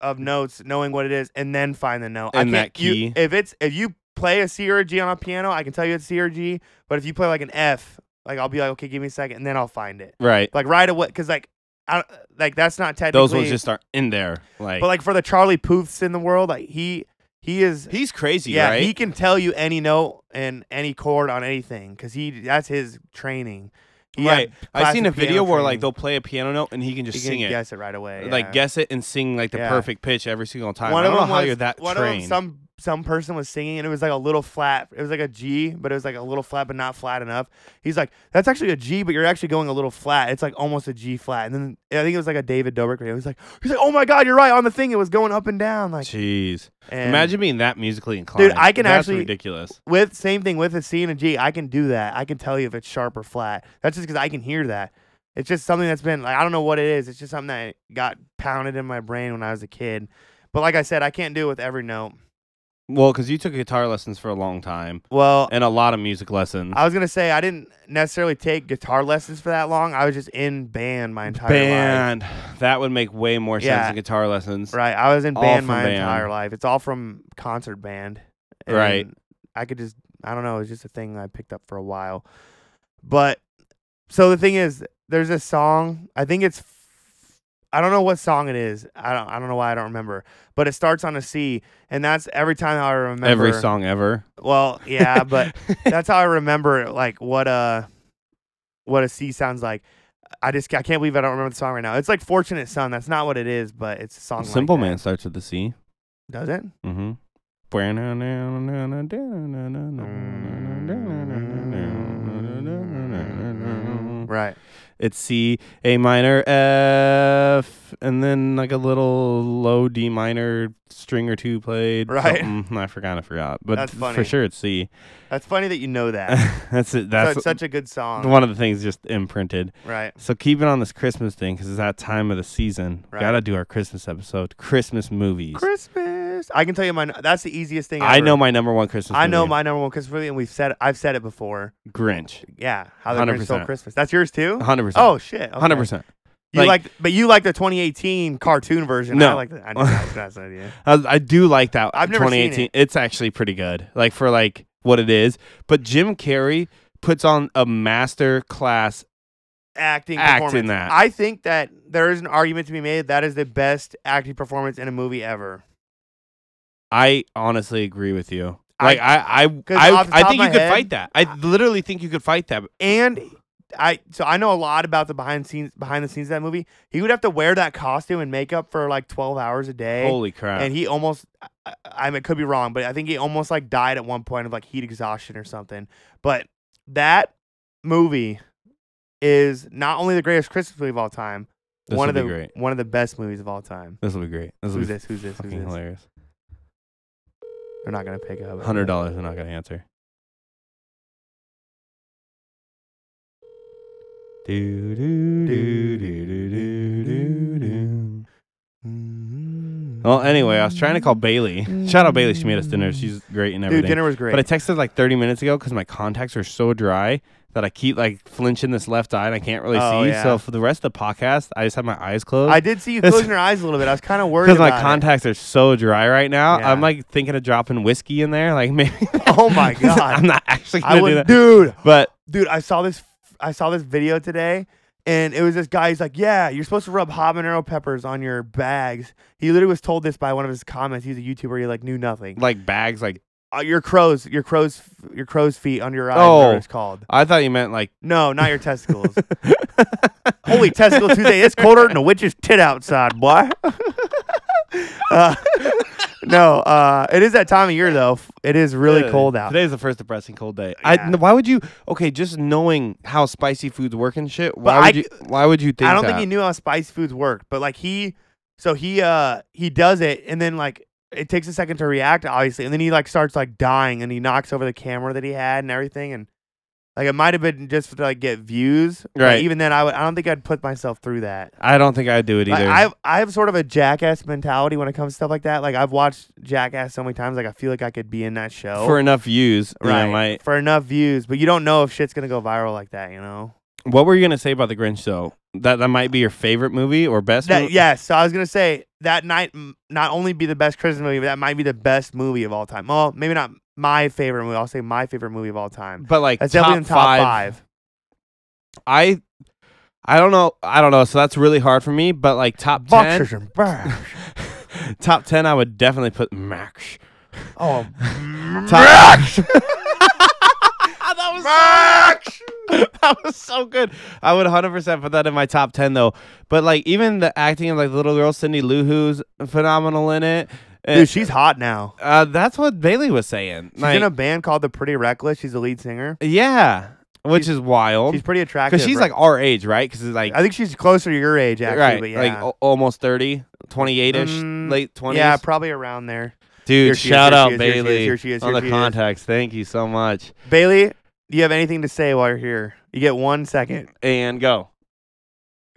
of notes, knowing what it is, and then find the note. Mm. And I can't, that you- key. if it's if you play a C or a G on a piano, I can tell you it's C or G. But if you play like an F, like I'll be like, okay, give me a second, and then I'll find it. right. Like right away, because like I like that's not technically. Those ones just aren't in there. Like, But like for the Charlie Puths in the world, like he he is he's crazy, yeah, right? he can tell you any note and any chord on anything because he that's his training. He had right. I seen classic a video piano where like training. they'll play a piano note and he can just he can sing it. guess it right away. Like yeah. guess it and sing like the Yeah. perfect pitch every single time. One I of don't them know how was- you're that one trained. Of them, some some person was singing and it was like a little flat. It was like a G, but it was like a little flat, but not flat enough. He's like, that's actually a G, but you're actually going a little flat. It's like almost a G flat. And then I think it was like a David Dobrik. video. It was like, he's like, oh my god, you're right on the thing. It was going up and down. Like, Jeez. and- Imagine being that musically inclined. I can That's actually- ridiculous. with same thing with a C and a G, I can do that. I can tell you if it's sharp or flat. That's just because I can hear that. It's just something that's been like I don't know what it is. It's just something that got pounded in my brain when I was a kid. But like I said, I can't do it with every note. Well, because you took guitar lessons for a long time Well, and a lot of music lessons. I was gonna say I didn't necessarily take guitar lessons for that long. I was just in band my entire life. band. That would make way more sense Yeah. than guitar lessons. Right, I was in All band from my band. entire life. It's all from concert band. Right. And I could just I don't know, it's just a thing I picked up for a while. But so the thing is, there's a song. I think it's f- I don't know what song it is. I don't I don't know why I don't remember. But it starts on a C, and that's every time I remember Every song ever. Well, yeah, but that's how I remember like what a what a C sounds like. I just I can't believe I don't remember the song right now. It's like Fortunate Son. That's not what it is, but it's a song. like Simple that. Man starts with the C. does it? Mm-hmm. Right. It's C, A minor, F, and then like a little low D minor string or two played. Right. something. I forgot. I forgot. But That's for funny. sure, it's C. That's funny that you know that. that's it. That's That's such a good song. one of the things just imprinted. Right. So keep it on this Christmas thing because it's that time of the season. Right. Gotta do our Christmas episode. Christmas movies. Christmas. I can tell you my. That's the easiest thing. I ever. know my number one Christmas. I know movie, my number one Christmas movie, and we've said I've said it before. Grinch. Yeah, how the Grinch stole 100%. Christmas. That's yours too. Hundred percent. Oh shit. Hundred okay. percent. You Like- like, but you like the 2018 cartoon version. I No. like the, I knew that. That's an idea. I, I do like that. I've never seen 2018. it. It's actually pretty good. Like for like what it is. But Jim Carrey puts on a master class. Acting, Act in performance. that. I think that there is an argument to be made that is the best acting performance in a movie ever. I honestly agree with you. I- Like I I I, off the I think top of you my could head, fight that. I literally think you could fight that. and I so I know a lot about the behind scenes behind the scenes of that movie. He would have to wear that costume and makeup for like twelve hours a day, Holy crap! and he almost I, I- I mean, could be wrong, but I think he almost like died at one point of like heat exhaustion or something. But that movie is not only the greatest Christmas movie of all time, This one will of be the great. one of the best movies of all time. this will be great. This will Who's be this? Who's this? Who's fucking this? hilarious. They're not gonna pick up. Hundred dollars. I'm not gonna answer. Do, do, do, do, do, do, do, do. Mm. Well, anyway, I was trying to call Bailey. Shout out Bailey. She made us dinner. She's great and everything. Dude, dinner was great. but I texted like 30 minutes ago because my contacts are so dry that I keep like flinching this left eye and I can't really Oh, see. yeah. So for the rest of the podcast, I just have my eyes closed. I did see you This- closing your eyes a little bit. I was kind of worried because my about it. contacts are so dry right now, Yeah. I'm like thinking of dropping whiskey in there. Like maybe. Oh my God. I'm not actually gonna I do would, that. dude, But dude. I saw this I saw this video today, and it was this guy. He's like, "Yeah, you're supposed to rub habanero peppers on your bags." He literally was told this by one of his comments. He's a YouTuber. He like knew nothing. like bags like Uh, your crows, your crows, your crow's feet under your eyes. Oh. whatever it's called. I thought you meant like No, not your testicles. Holy testicle Tuesday! It's colder than a witch's tit outside, boy. uh, no, uh, it is that time of year though. F- It is really Yeah. cold out. Today's the first depressing cold day. I Yeah. n why would you? Okay, just knowing how spicy foods work and shit. Why I would c- you? Why would you think? I don't that? think he knew how spice foods worked, but like he, so he uh he does it, and then like it takes a second to react, obviously, and then he like starts like dying, and he knocks over the camera that he had and everything, and like it might have been just to like get views, but Right. even then, I would I don't think I'd put myself through that. I don't think I'd do it Like, either. I have I have sort of a jackass mentality when it comes to stuff like that. Like I've watched Jackass so many times, like I feel like I could be in that show For enough views, you know, right like- for enough views, but you don't know if shit's gonna go viral like that, you know. what were you gonna say about the Grinch though? That that might be your favorite movie or best. That, movie? yes, so I was gonna say that night m- not only be the best Christmas movie, but that might be the best movie of all time. Well, maybe not my favorite movie. I'll say my favorite movie of all time. But like That's top, definitely in the top five, five. I. I don't know. I don't know. So that's really hard for me. But like top ten, Boxers and Brash. top ten, I would definitely put Max. Oh, Max. that was Max! that was so good. I would 100% put that in my top 10 though. But like even the acting of like the little girl Cindy Lou Who's phenomenal in it. And, Dude, she's hot now. uh, that's what Bailey was saying. She's Like, in a band called The Pretty Reckless. She's the lead singer. yeah, which she's- is wild She's pretty attractive. because Oh, she's right? like our age, right? Because it's like I think she's closer to your age, actually. right, but yeah. like oh, o- almost 30, 28 ish, Mm, late 20s. Yeah, probably around there. dude, Here she is, shout here she out is, here she is, Bailey here she is, on here the she is. contacts. Thank you so much. Bailey, do you have anything to say while you're here? You get one second. And go.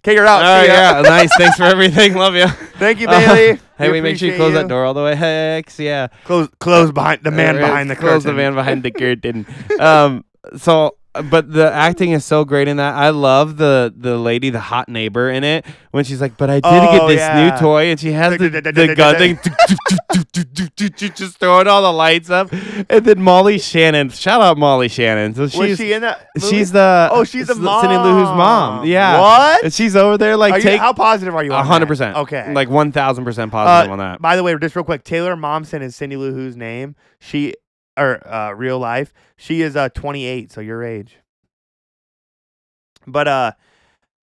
Okay, you're out. All Oh, See right, ya. yeah, nice. Thanks for everything. Love you. Thank you, Uh, Bailey. Hey, We we make sure you appreciate close that door all the way. Hex, yeah. Close, close behind the man Uh, behind the close curtain. the man behind the curtain. um, so, but the acting is so great in that. I love the the lady, the hot neighbor in it when she's like, "But I did get Oh, this yeah. new toy," and she has the, the gun thing, just throwing all the lights up. And then Molly Shannon, shout out Molly Shannon. So Was she's she in that? Movie? she's the Oh, she's the mom. Cindy Lou Who's mom. Yeah, What? And she's over there like Are you- take how positive are you? on that? hundred percent. Okay. Uh, like one thousand percent positive on that. By the way, just real quick, Taylor Momsen is Cindy Lou Who's name. She or uh, real life. She is uh 28, so your age. But uh,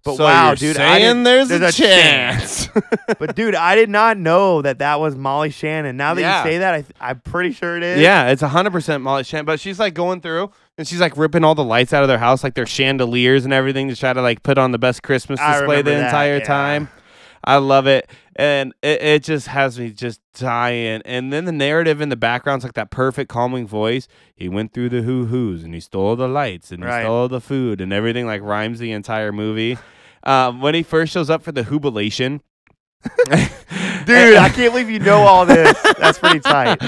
but so wow, you're dude, I saying didn't- there's, there's a, a chance. chance. but dude, I did not know that that was Molly Shannon. Now that Yeah. you say that, I th- I'm pretty sure it is. yeah, it's hundred percent Molly Shannon. But she's like going through and she's like ripping all the lights out of their house, like their chandeliers and everything, to try to like put on the best Christmas I display the remember that, entire yeah. time. I love it, and it, it just has me just dying. And then the narrative in the background's like that perfect calming voice. He went through the hoo hoos and he stole the lights and he Right. stole the food and everything. Like rhymes the entire movie. Um, when he first shows up for the jubilation, dude, I can't believe you know all this. That's pretty tight.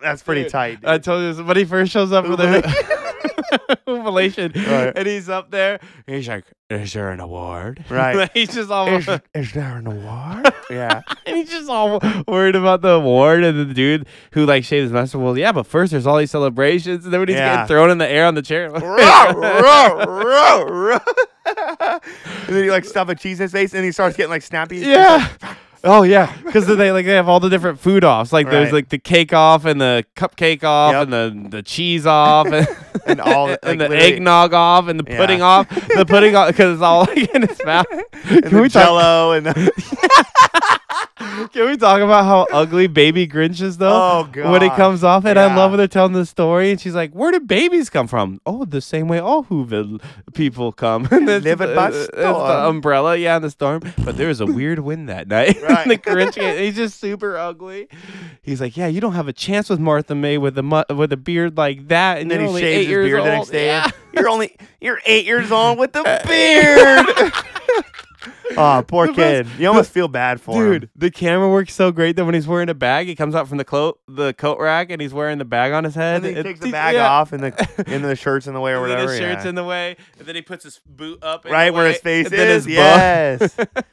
That's pretty Dude, tight. I told you this when he first shows up for the Malaysian, Right. and he's up there. And he's like, "Is there an award?" Right. he's just all dude. and is there an award? yeah. he's just all worried about the award and the dude who like shaved his mustache. Well, yeah, but first there's all these celebrations, and then when he's Yeah. getting thrown in the air on the chair, Ruh, ruh, ruh, ruh. and then he like stuff a cheese in his face, and he starts getting like snappy. yeah. Oh yeah, because they like they have all the different food offs. Like there's Right. like the cake off and the cupcake off Yep. and the, the cheese off and, And all the- and like, the literally- eggnog off and the pudding Yeah. off. The pudding off because it's all like, in his mouth. and Can the we talk? jello and the, Can we talk about how ugly baby Grinch is though? Oh, when it God. comes off, and I Yeah. love when they're telling the story, and she's like, "Where do babies come from? Oh, the same way all Whoville people come. And it's Live it by the- it's storm. the umbrella, yeah, in the storm. But there was a weird wind that night. Right. the Grinch, he's just super ugly. He's like, "Yeah, you don't have a chance with Martha May with a mu- with a beard like that." And, and then you're he only shaves eight his years beard old. the next day. Yeah. Uh, You're only you're eight years old with a beard. oh, poor The kid. best- you almost feel bad for him. Dude, the camera works so great that when he's wearing a bag, it comes out from the coat the coat rack, and he's wearing the bag on his head. And then he It- takes the he's- bag yeah. off and the and the shirts in the way or And then whatever. his shirt's yeah. in the way, and then he puts his boot up in the right where way, his face and then is. his butt. yes.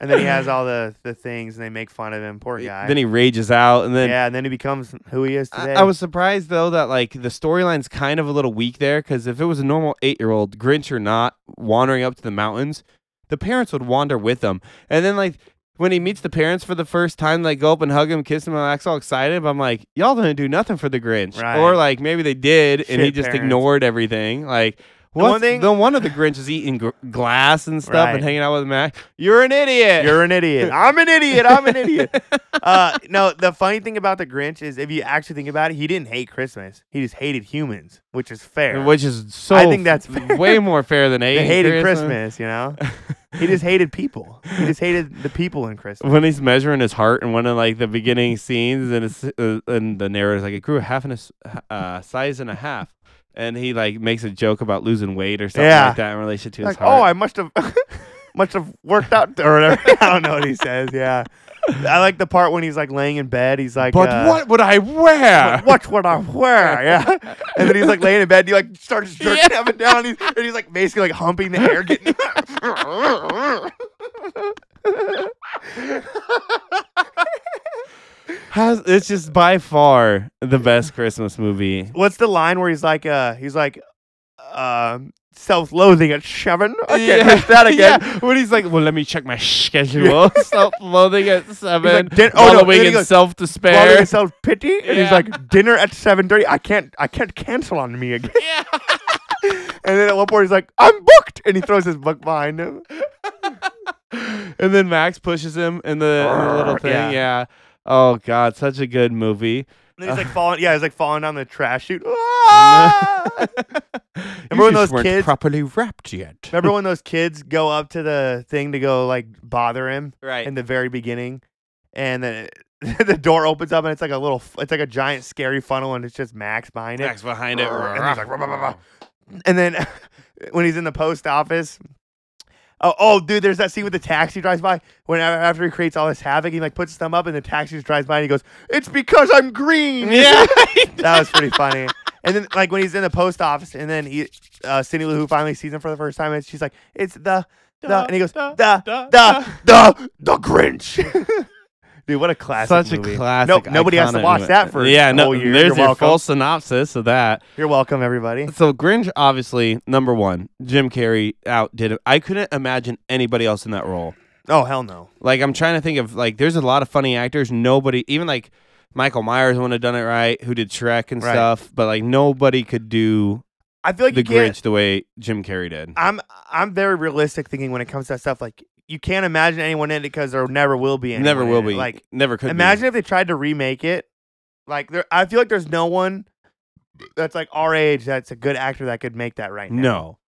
and then he has all the the things, and they make fun of him. Poor guy. Then he rages out, and then yeah, and then he becomes who he is today. I, I was surprised though that like the storyline's kind of a little weak there because if it was a normal eight year old, Grinch or not, wandering up to the mountains, the parents would wander with them. And then like when he meets the parents for the first time, like go up and hug him, kiss him, and acts all excited. But I'm like, y'all didn't do nothing for the Grinch, Right. or like maybe they did and he Shit just parents. ignored everything. Like. The one what's- thing- the one of the Grinch is eating gr- glass and stuff Right. and hanging out with Mac. You're an idiot. You're an idiot. I'm an idiot. I'm an idiot. Uh, no, the funny thing about the Grinch is, if you actually think about it, he didn't hate Christmas. He just hated humans, which is fair. Which is so. I think that's f- fair. way more fair than hating they hated Christmas. Christmas, you know. He just hated people. He just hated the people in Christmas. when he's measuring his heart in one of like the beginning scenes, and it's, uh, and the narrator's like, it grew a half and a s- uh, size and a half, and he like makes a joke about losing weight or something Yeah. like that in relation to his Like, oh, heart. I must have, must have worked out or whatever. I don't know what he says. Yeah, I like the part when he's like laying in bed. He's like, but uh, what would I wear? But watch what I wear, yeah. And then he's like laying in bed, and he like starts jerking up and down, and he's, and he's like basically like humping the air, getting. Has, it's just by far the best Christmas movie. What's the line where he's like, uh, he's like, um, self-loathing at seven? I can't Yeah. catch that again. Yeah. When he's like, well, let me check my schedule. Self-loathing at seven. "Din- oh, no," wallowing then he in goes, self-despair. Loathing self pity, and he's Yeah. like dinner at seven thirty. I can't, I can't cancel on me again. yeah. And then at one point he's like, I'm booked, and he throws his book behind him. and then Max pushes him in the, in the little Arrgh, thing. yeah. Yeah. Oh God, such a good movie. And then he's like falling, yeah, he's like falling down the trash chute. Ah! Remember when those kids- properly wrapped yet? Remember when those kids go up to the thing to go like bother him Right. in the very beginning, and then it- the door opens up and it's like a little, f- it's like a giant scary funnel and it's just Max behind it. Max behind it. Arrgh, and he's like, "Rah, rah, rah, rah." And then when he's in the post office, oh, oh, dude, there's that scene with the taxi drives by. When a- after he creates all this havoc, he like puts his thumb up and the taxi just drives by and he goes, "It's because I'm green." yeah. that was pretty funny. And then, like when he's in the post office, and then he, uh, Cindy Lou Who finally sees him for the first time, and she's like, "It's the, the," and he goes, "The, the, the, the, Grinch." Dude, what a classic! Such movie. a classic. No, nobody has to iconic watch movie. that for yeah. a No, whole year. there's You're your welcome. full synopsis of that. You're welcome, everybody. So Grinch, obviously number one. Jim Carrey outdid it. I couldn't imagine anybody else in that role. Oh hell no! Like I'm trying to think of like there's a lot of funny actors. Nobody even like Michael Myers wouldn't have done it right, who did Shrek and Right. stuff, but like nobody could do I feel like the you can't. Grinch the way Jim Carrey did. I'm I'm very realistic thinking when it comes to that stuff. Like you can't imagine anyone in it because there never will be. Anyone Never in will it. be. Like Like never could imagine if they tried to remake it. Like there, I feel like there's no one that's like our age that's a good actor that could make that right Be. now. No.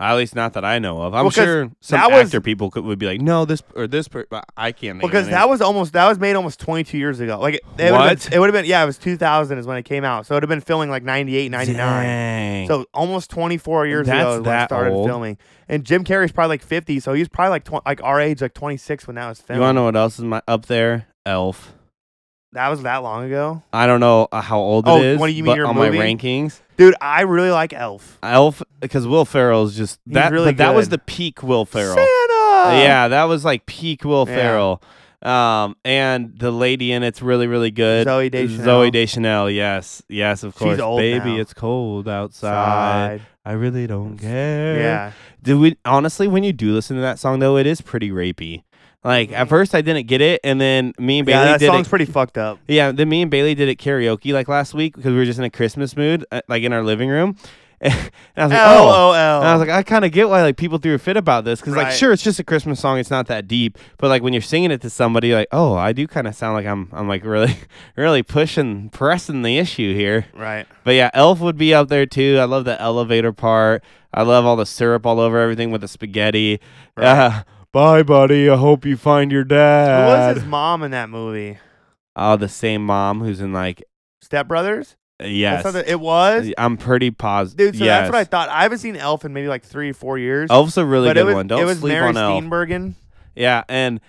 At least not that I know of. I'm Well, 'cause sure some that was- actor people could would be like, no, this or this, per- but I can't. think of because any. that was almost that was made almost 22 years ago. Like it, it would What? have been, yeah, it was 2000 is when it came out. So it would have been filming like 98, 99. Dang. So almost 24 years That's ago is when it that started old? filming. And Jim Carrey's probably like 50, so he's probably like tw- like our age, like 26 when that was you filmed. want to know what else is my up there? Elf. that was that long ago, I don't know uh, how old Oh, it is. what do you mean but your on movie? my rankings? dude. I really like Elf. Elf, because Will Ferrell's just He's that. really but that was good. the peak Will Ferrell. Santa. yeah, that was like peak Will Yeah. Ferrell. Um, and the lady in it's really, really good. Zoe Deschanel. Zoe Deschanel, yes, yes, of course. old Baby, now. it's cold outside. Side. I really don't care. Yeah. Do we honestly, when you do listen to that song though, it is pretty rapey. Like at first I didn't get it, and then me and Bailey yeah, that did song's it. pretty fucked up. Yeah, then me and Bailey did it karaoke like last week because we were just in a Christmas mood, uh, like in our living room. and I was like, L oh. O L. And I was like, I kind of get why like people threw a fit about this because Right. like sure it's just a Christmas song, it's not that deep, but like when you're singing it to somebody, like oh I do kind of sound like I'm I'm like really really pushing pressing the issue here. right. But yeah, Elf would be up there too. I love the elevator part. I love all the syrup all over everything with the spaghetti. Uh, Bye, buddy. I hope you find your Who was dad. his mom in that movie? Oh, the same mom who's in like Step Brothers. yes. That's how the- it was. I'm pretty positive. Dude, so that's what I thought. I haven't seen Elf in maybe like three, four years. Elf's a Oh, really but good it was, one. Don't it was sleep Mary on Elf. Steenburgen. Yeah, and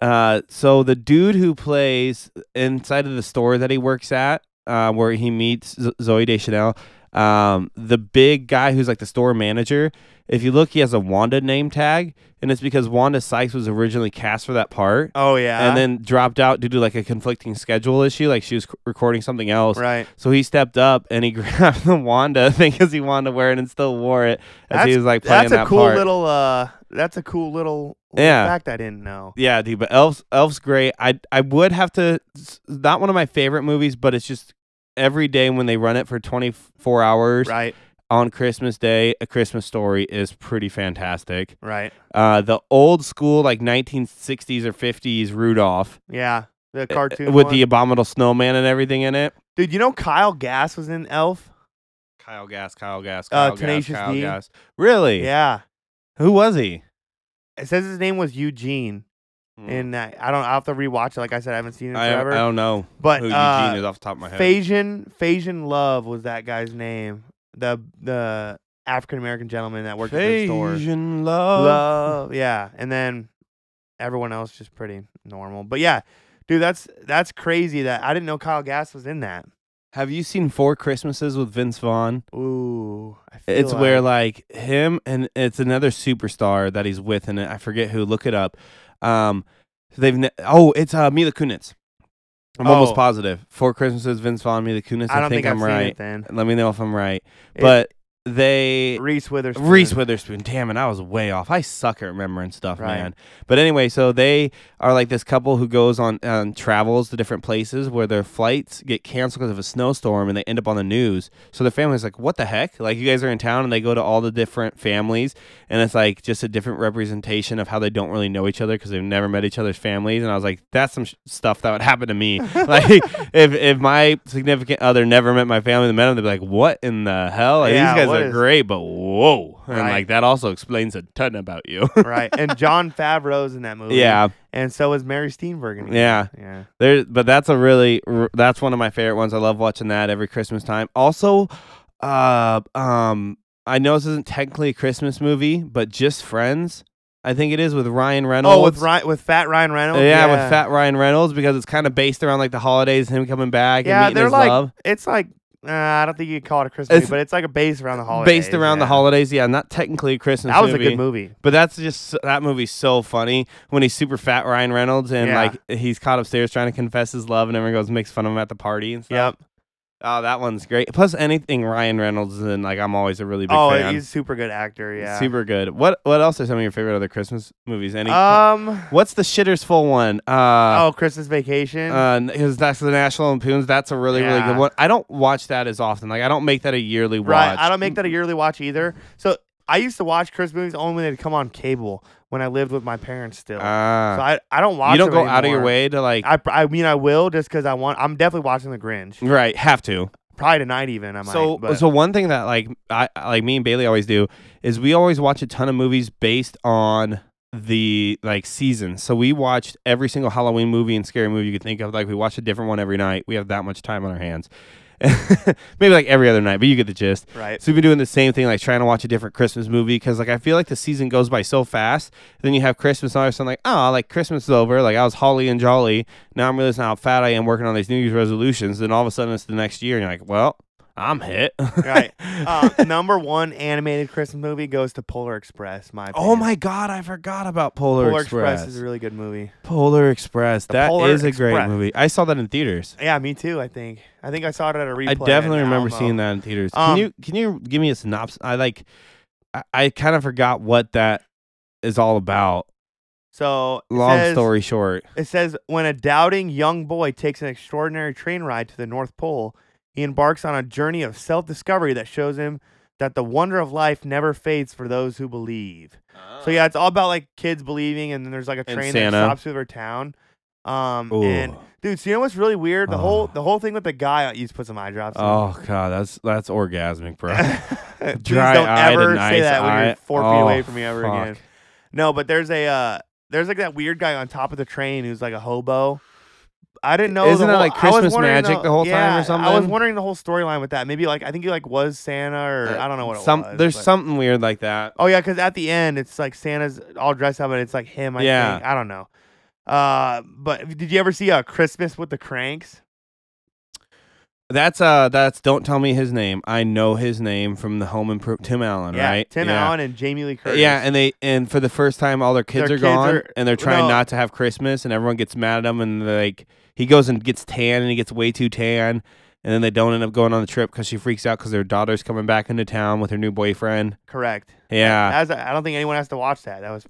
uh, so the dude who plays inside of the store that he works at, uh, where he meets Z- Zoe Deschanel, Um, the big guy who's like the store manager, if you look, he has a Wanda name tag, and it's because Wanda Sykes was originally cast for that part. Oh yeah. And then dropped out due to like a conflicting schedule issue. Like she was c- recording something else. right. So he stepped up and he grabbed the Wanda thing because he wanted to wear it and still wore it as he That's- was like playing That's a that cool part. little. Uh, that's a cool little, little Yeah. fact I didn't know. yeah, dude. But Elf's Elf's great. I I would have to. It's not one of my favorite movies, but it's just every day when they run it for 24 hours Right. on Christmas Day, A Christmas Story is pretty fantastic. Right. Uh, the old school like 1960s or 50s Rudolph Yeah. The uh, cartoon with one. the abominable snowman and everything in it. dude. You know Kyle Gass was in Elf. Kyle Gas, Kyle Gas, Uh, Kyle Gas, Tenacious Kyle D. Gas. Really? Yeah. Who was he? It says his name was Hmm. Eugene, and I, I don't. I will have to rewatch it. Like I said, I haven't seen it in Mm. I, I forever. don't know. but who uh, Eugene is off the top of my head. Phasian Phasian Love was that guy's name. The the African American gentleman that worked at the store. Phasian love. Love, yeah, and then everyone else just pretty normal. But yeah, dude, that's that's crazy that I didn't know Kyle Gass was in that. Have you seen Four Christmases with Vince Vaughn? Ooh, I feel It's where like him and it's another superstar that he's with, and I forget who. Look it up. Um, they've ne- oh, it's uh, Mila Kunis. I'm almost Oh. positive. Four Christmases, Vince Vaughn, Mila Kunis. I I, don't think, I'm I've seen right. it then. Let me know if I'm right. It- But they Reese Witherspoon. Reese Witherspoon. Damn it, I was way off. I suck at remembering stuff, Right. man. But anyway, so they are like this couple who goes on um, travels to different places where their flights get canceled because of a snowstorm, and they end up on the news. So their family's like, "What the heck?" Like you guys are in town, and they go to all the different families, and it's like just a different representation of how they don't really know each other because they've never met each other's families. And I was like, "That's some sh- stuff that would happen to me. like if if my significant other never met my family, the men, they'd be like, "What in the hell?" Like, Yeah, these guys are what is- great great, but whoa. And Right. like that also explains a ton about you. right, and John Favreau's in that movie. yeah. and so is Mary Steenburgen. in it. Yeah. yeah. There but that's a really r- that's one of my favorite ones. I love watching that every Christmas time. Also, uh um I know this isn't technically a Christmas movie, but just Friends. I think it is with Ryan Reynolds. Oh, with Ryan, with Fat Ryan Reynolds. yeah, with Fat Ryan Reynolds because it's kind of based around like the holidays, him coming back. and Yeah, meeting they're his like love. It's like uh, I don't think you could call it a Christmas, It's- movie, but it's like a base around the holidays. based around the yeah. holidays. Yeah, not technically a Christmas. That was movie. a good movie. But that's just that movie's so funny when he's super fat Ryan Reynolds and Yeah. like he's caught upstairs trying to confess his love and everyone goes and makes fun of him at the party and stuff. Yep. Oh, that one's great. Plus anything Ryan Reynolds is in, like I'm always a really big Oh, fan. he's a super good actor. Yeah. Super good. What what else are some of your favorite other Christmas movies? Any Um. What's the shitters full one? Uh Oh, Christmas Vacation. because that's the National Lampoons. That's a really, really Yeah. good one. I don't watch that as often. Like I don't make that a yearly right. watch. I don't make that a yearly watch either. So I used to watch Christmas movies only when they'd come on cable when I lived with my parents still. Ah. so I, I don't watch. you don't them go out of your anymore. way to like I, pr- I mean I will just because I want. I'm definitely watching The Grinch. right have to. Probably tonight even. I might. Mm. so but, so one thing that like I like me and Bailey always do is we always watch a ton of movies based on the like season. So we watched every single Halloween movie and scary movie you could think of. Like we watch a different one every night. We have that much time on our hands. Maybe like every other night, but you get the gist. right. Eh, So we've been doing the same thing, like trying to watch a different Christmas movie because, like, I feel like the season goes by so fast. Then you have Christmas, and all of a sudden, like, oh, like Christmas is over. Like I was holly and jolly. Now I'm realizing how fat I am working on these New Year's resolutions. Then all of a sudden, it's the next year, and you're like, well, I'm hit. Right. Uh, number one animated Christmas movie goes to Polar Express. My oh opinion. my God, I forgot about Polar, Polar Express. Express is a really good movie. Polar Express. The That is Polar a great Express. movie. I saw that in theaters. Yeah, me too. I think. I think I saw it at a replay. I definitely in remember Alamo. seeing that in theaters. Um, can you can you give me a synopsis? I like, I, I kind of forgot what that is all about. So it Long says- story short. It says when a doubting young boy takes an extraordinary train ride to the North Pole, he embarks on a journey of self-discovery that shows him that the wonder of life never fades for those who believe. So yeah, it's all about like kids believing, and then there's like a And train that Santa. stops through their town. Um, Ooh. and dude, so you know what's really weird? The Oh. whole the whole thing with the guy. You just put some eye drops. in. Oh god, that's that's orgasmic, bro. Please Dry don't eyed ever and say that when ice eye- you're four feet oh, away from me ever fuck. again. No, but there's a uh, there's like that weird guy on top of the train who's like a hobo. I didn't know. the Isn't that, whole- like, I was Christmas wondering magic the whole time or yeah, I was something? wondering the whole storyline with that. Maybe like I think he like was Santa or I don't know what it Uh, Some was. there's but- something weird like that. Oh yeah, because at the end it's like Santa's all dressed up and it's like him. I Yeah. think. I don't know. Uh, but did you ever see a uh, Christmas with the Cranks? That's uh, that's don't tell me his name. I know his name from the Home Improvement. Tim Allen, yeah, right? Tim yeah. Allen and Jamie Lee Curtis. Yeah, and they and for the first time, all their kids Their are kids gone, are- and they're trying no. not to have Christmas, and everyone gets mad at him, and like he goes and gets tan, and he gets way too tan, and then they don't end up going on the trip because she freaks out because their daughter's coming back into town with her new boyfriend. correct. Yeah, That was, I don't think anyone has to watch that. That was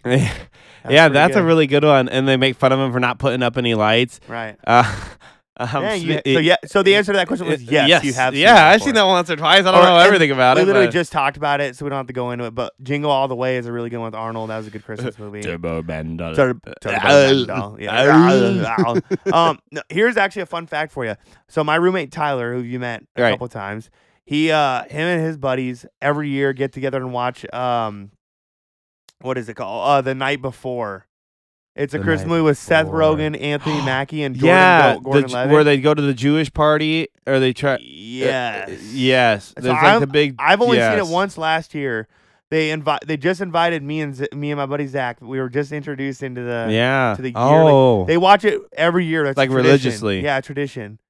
yeah, pretty that's a good. really good one, and they make fun of him for not putting up any lights. right. Uh, um, Dang, you- so so it- yeah, so the answer to that question was it- yes. you have. Yeah, I've seen that once or twice. I don't Or- know and everything about we it. literally but- just talked about it, so we don't have to go into it. But Jingle All the Way is a really good one with Arnold. That was a good Christmas movie. Turbo Man does- Tur- Owl. Turbo- Yeah. Owl. um, no, here's actually a fun fact for you. So my roommate Tyler, who you met a Right. couple times, he uh him and his buddies every year get together and watch um what is it called? Uh The Night Before. It's a The Christmas Night movie with Seth Before. Rogen, Anthony Mackie, and Jordan yeah, the Gordon Ju- Levitt. where they go to the Jewish party or they try. uh, yes. yes. So There's like I'm- the big. I've only seen yes. it once last year. They invite they just invited me and Z- me and my buddy Zach. We were just introduced into the yeah. to the yearly- oh, They watch it every year. That's a Like tradition. religiously. Yeah, tradition.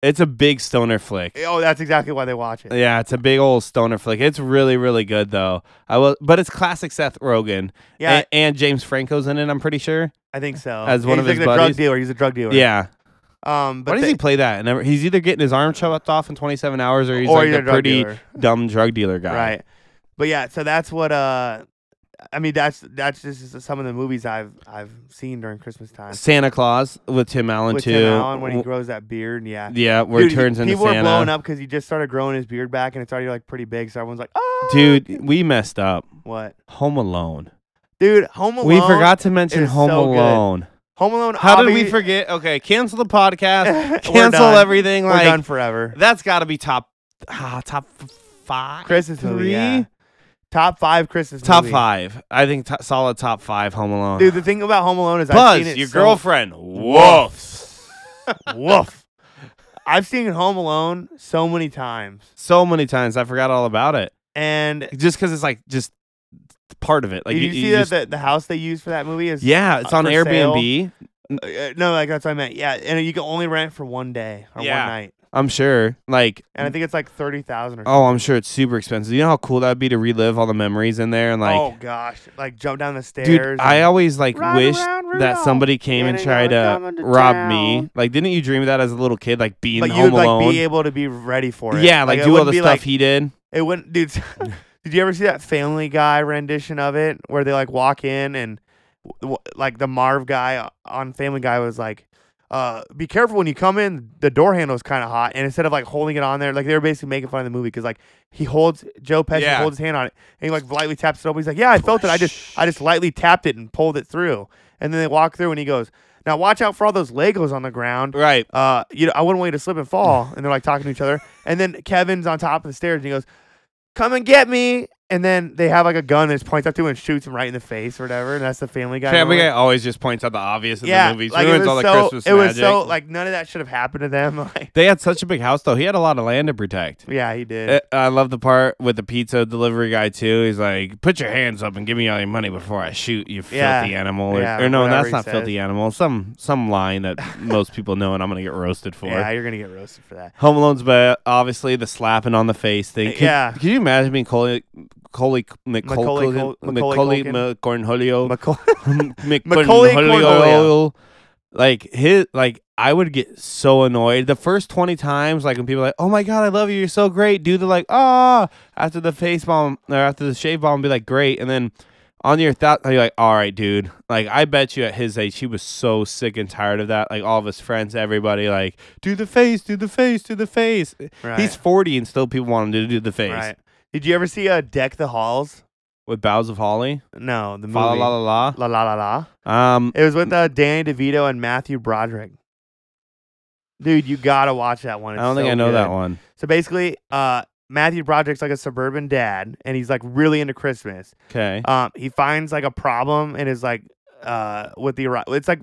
it's a big stoner flick. Oh, that's exactly why they watch it. Yeah, it's a big old stoner flick. It's really, really good though. I will, but it's classic Seth Rogen. Yeah, and, and James Franco's in it. I'm pretty sure. I think so. as one he's of like his the drug buddies. dealer. He's a drug dealer. Yeah. Um, but Why does they- he play that? And ever- he's either getting his arm chopped off in 27 hours, or he's or like he's a, a drug pretty dealer. dumb drug dealer guy. right? But yeah, so that's what. Uh, I mean, that's that's just some of the movies I've I've seen during Christmas time. Santa Claus with Tim Allen With too. Tim Allen when he W- grows that beard, and yeah. yeah, where Dude, he turns into people Santa. are blowing up because he just started growing his beard back, and it's already like pretty big. So everyone's like, "Oh, Dude, we messed up. what, Home Alone. dude? Home Alone. we forgot to mention is Home so good. Alone. Home Alone. How did we obvi- forget? Okay, cancel the podcast. We're cancel done. everything. We're like done forever. that's got to be top, ah, top f- five, Christmas movie. three? Yeah. Top five Christmas top movie. five. I think t- solid top five. Home Alone. Dude, the thing about Home Alone is I've Buzz, seen it your so- girlfriend. Woofs. Woof. I've seen Home Alone so many times, so many times. I forgot all about it. and Just because it's like just part of it. Like did you, you, see you that just- the, the house they use for that movie is yeah, it's uh, on for Airbnb. uh, no, like that's what I meant. Yeah, and you can only rent for one day or Yeah. one night, I'm sure. Like, and I think it's like thirty thousand or oh, I'm sure it's super expensive. You know how cool that'd be to relive all the memories in there and like, oh gosh, like jump down the stairs. dude, I and- always like Run wished around that Rudolph. somebody came and Daddy tried gotta to come into rob me. town. Like, didn't you dream of that as a little kid? Like being but home you'd like alone. be able to be ready for it. yeah, like, it do all wouldn't the be stuff like- he did. It wouldn't, dude. did you ever see that Family Guy rendition of it where they like walk in and w- w- like the Marv guy on Family Guy was like, uh, "Be careful when you come in. The door handle is kind of hot." And instead of like holding it on there, like they were basically making fun of the movie because like he holds Joe Pesci Yeah. holds his hand on it and he like lightly taps it open. He's like, "Yeah, I felt it. I just I just lightly tapped it and pulled it through." And then they walk through and he goes, "Now watch out for all those Legos on the ground." Right. uh, you know, I wouldn't want you to slip and fall. And they're like talking to each other. And then Kevin's on top of the stairs and he goes, Come and get me. And then they have like a gun that just points up to him and shoots him right in the face or whatever. And that's the family guy. Family Guy moment. always just points out the obvious in Yeah. the movies. Like, it Ruins was, all the so, Christmas it was magic. so like none of that should have happened to them. Like, they had such a big house though. He had a lot of land to protect. yeah, he did. Uh, I love the part with the pizza delivery guy too. He's like, "Put your hands up and give me all your money before I shoot you, Yeah. filthy animal." Or, Yeah, or no, whatever that's he not says. filthy animal. Some some line that most people know, and I'm gonna get roasted for. yeah, you're gonna get roasted for that. Home Alone's but obviously the slapping on the face thing. Could, Yeah. could you imagine being Coley Coley Macaulay Macaulay Cul- Macaulay Macaulay Culkin? Cornholio Macaul- Macaulay McCornholio. Like his like I would get so annoyed the first 20 times like when people are like, "Oh my god, I love you. You're so great." Do the like, "Ah," after the face bomb or after the shave bomb be like, "Great." And then on your thought, you're like, "All right, dude." Like I bet you at his age he was so sick and tired of that. Like all of his friends, everybody like, "Do the face, do the face, do the face." right. He's 40 and still people want him to do the face. right. Did you ever see uh, Deck the Halls? With Bows of Holly, No, the movie. fa la la la La la la la. la. Um It was with uh, Danny DeVito and Matthew Broderick. Dude, you gotta watch that one. I It's don't think so I know that good. one. So basically, uh, Matthew Broderick's like a suburban dad, and he's like really into Christmas. Okay. Um, he finds like a problem and is like, uh, with the arri- it's like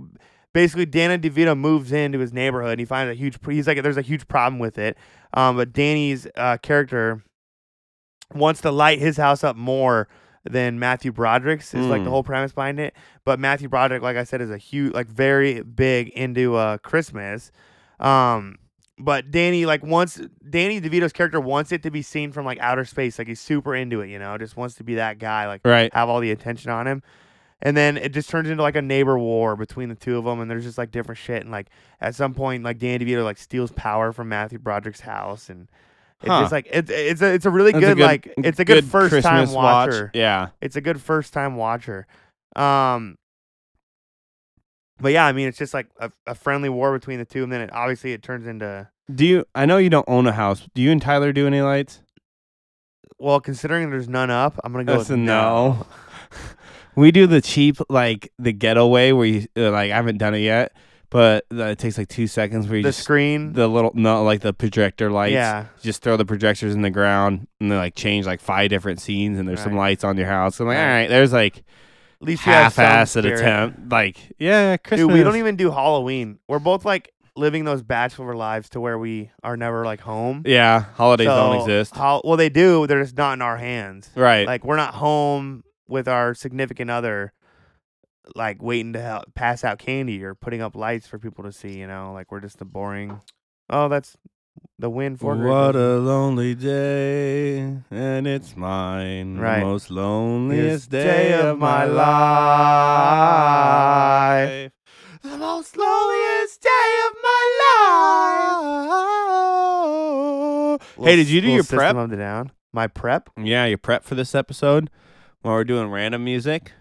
basically Danny DeVito moves into his neighborhood and he finds a huge pr- he's like there's a huge problem with it. Um, but Danny's uh, character wants to light his house up more than Matthew Broderick's is like Mm. the whole premise behind it. But Matthew Broderick, like I said, is a huge like very big into uh, Christmas. Um, but Danny like wants Danny DeVito's character wants it to be seen from like outer space. Like he's super into it, you know, just wants to be that guy, like Right. have all the attention on him. And then it just turns into like a neighbor war between the two of them, and there's just like different shit. And like at some point, like Danny DeVito like steals power from Matthew Broderick's house, and it's Huh. just like it's it's a it's a really That's good, like it's a good, first time Christmas watch. watcher Yeah. it's a good first time watcher. Um, but yeah, I mean, it's just like a, a friendly war between the two, and then it obviously it turns into Do you? I know you don't own a house. Do you and Tyler do any lights? well, considering there's none up, I'm gonna go That's with a no. we do the cheap, like the getaway where you uh, like. I haven't done it yet, but uh, it takes like two seconds where you The just screen, the little no, like the projector lights. yeah, Just throw the projectors in the ground and they like change like five different scenes and there's some Right. lights on your house. I'm like, Right. all right, there's like at least you have some half-assed spirit. attempt. Like, yeah, Christmas. Dude, we don't even do Halloween. We're both like living those bachelor lives to where we are never like home. Yeah, holidays don't So, exist. How, well, they do. They're just not in our hands. Right. like we're not home with our significant other like waiting to help pass out candy or putting up lights for people to see you know like we're just the boring oh that's the wind for What a lonely day, and it's mine. Right. The most loneliest day of my life. The most loneliest day of my life. Hey, did you do your prep? Of the down my prep Yeah, your prep for this episode while we're doing random music.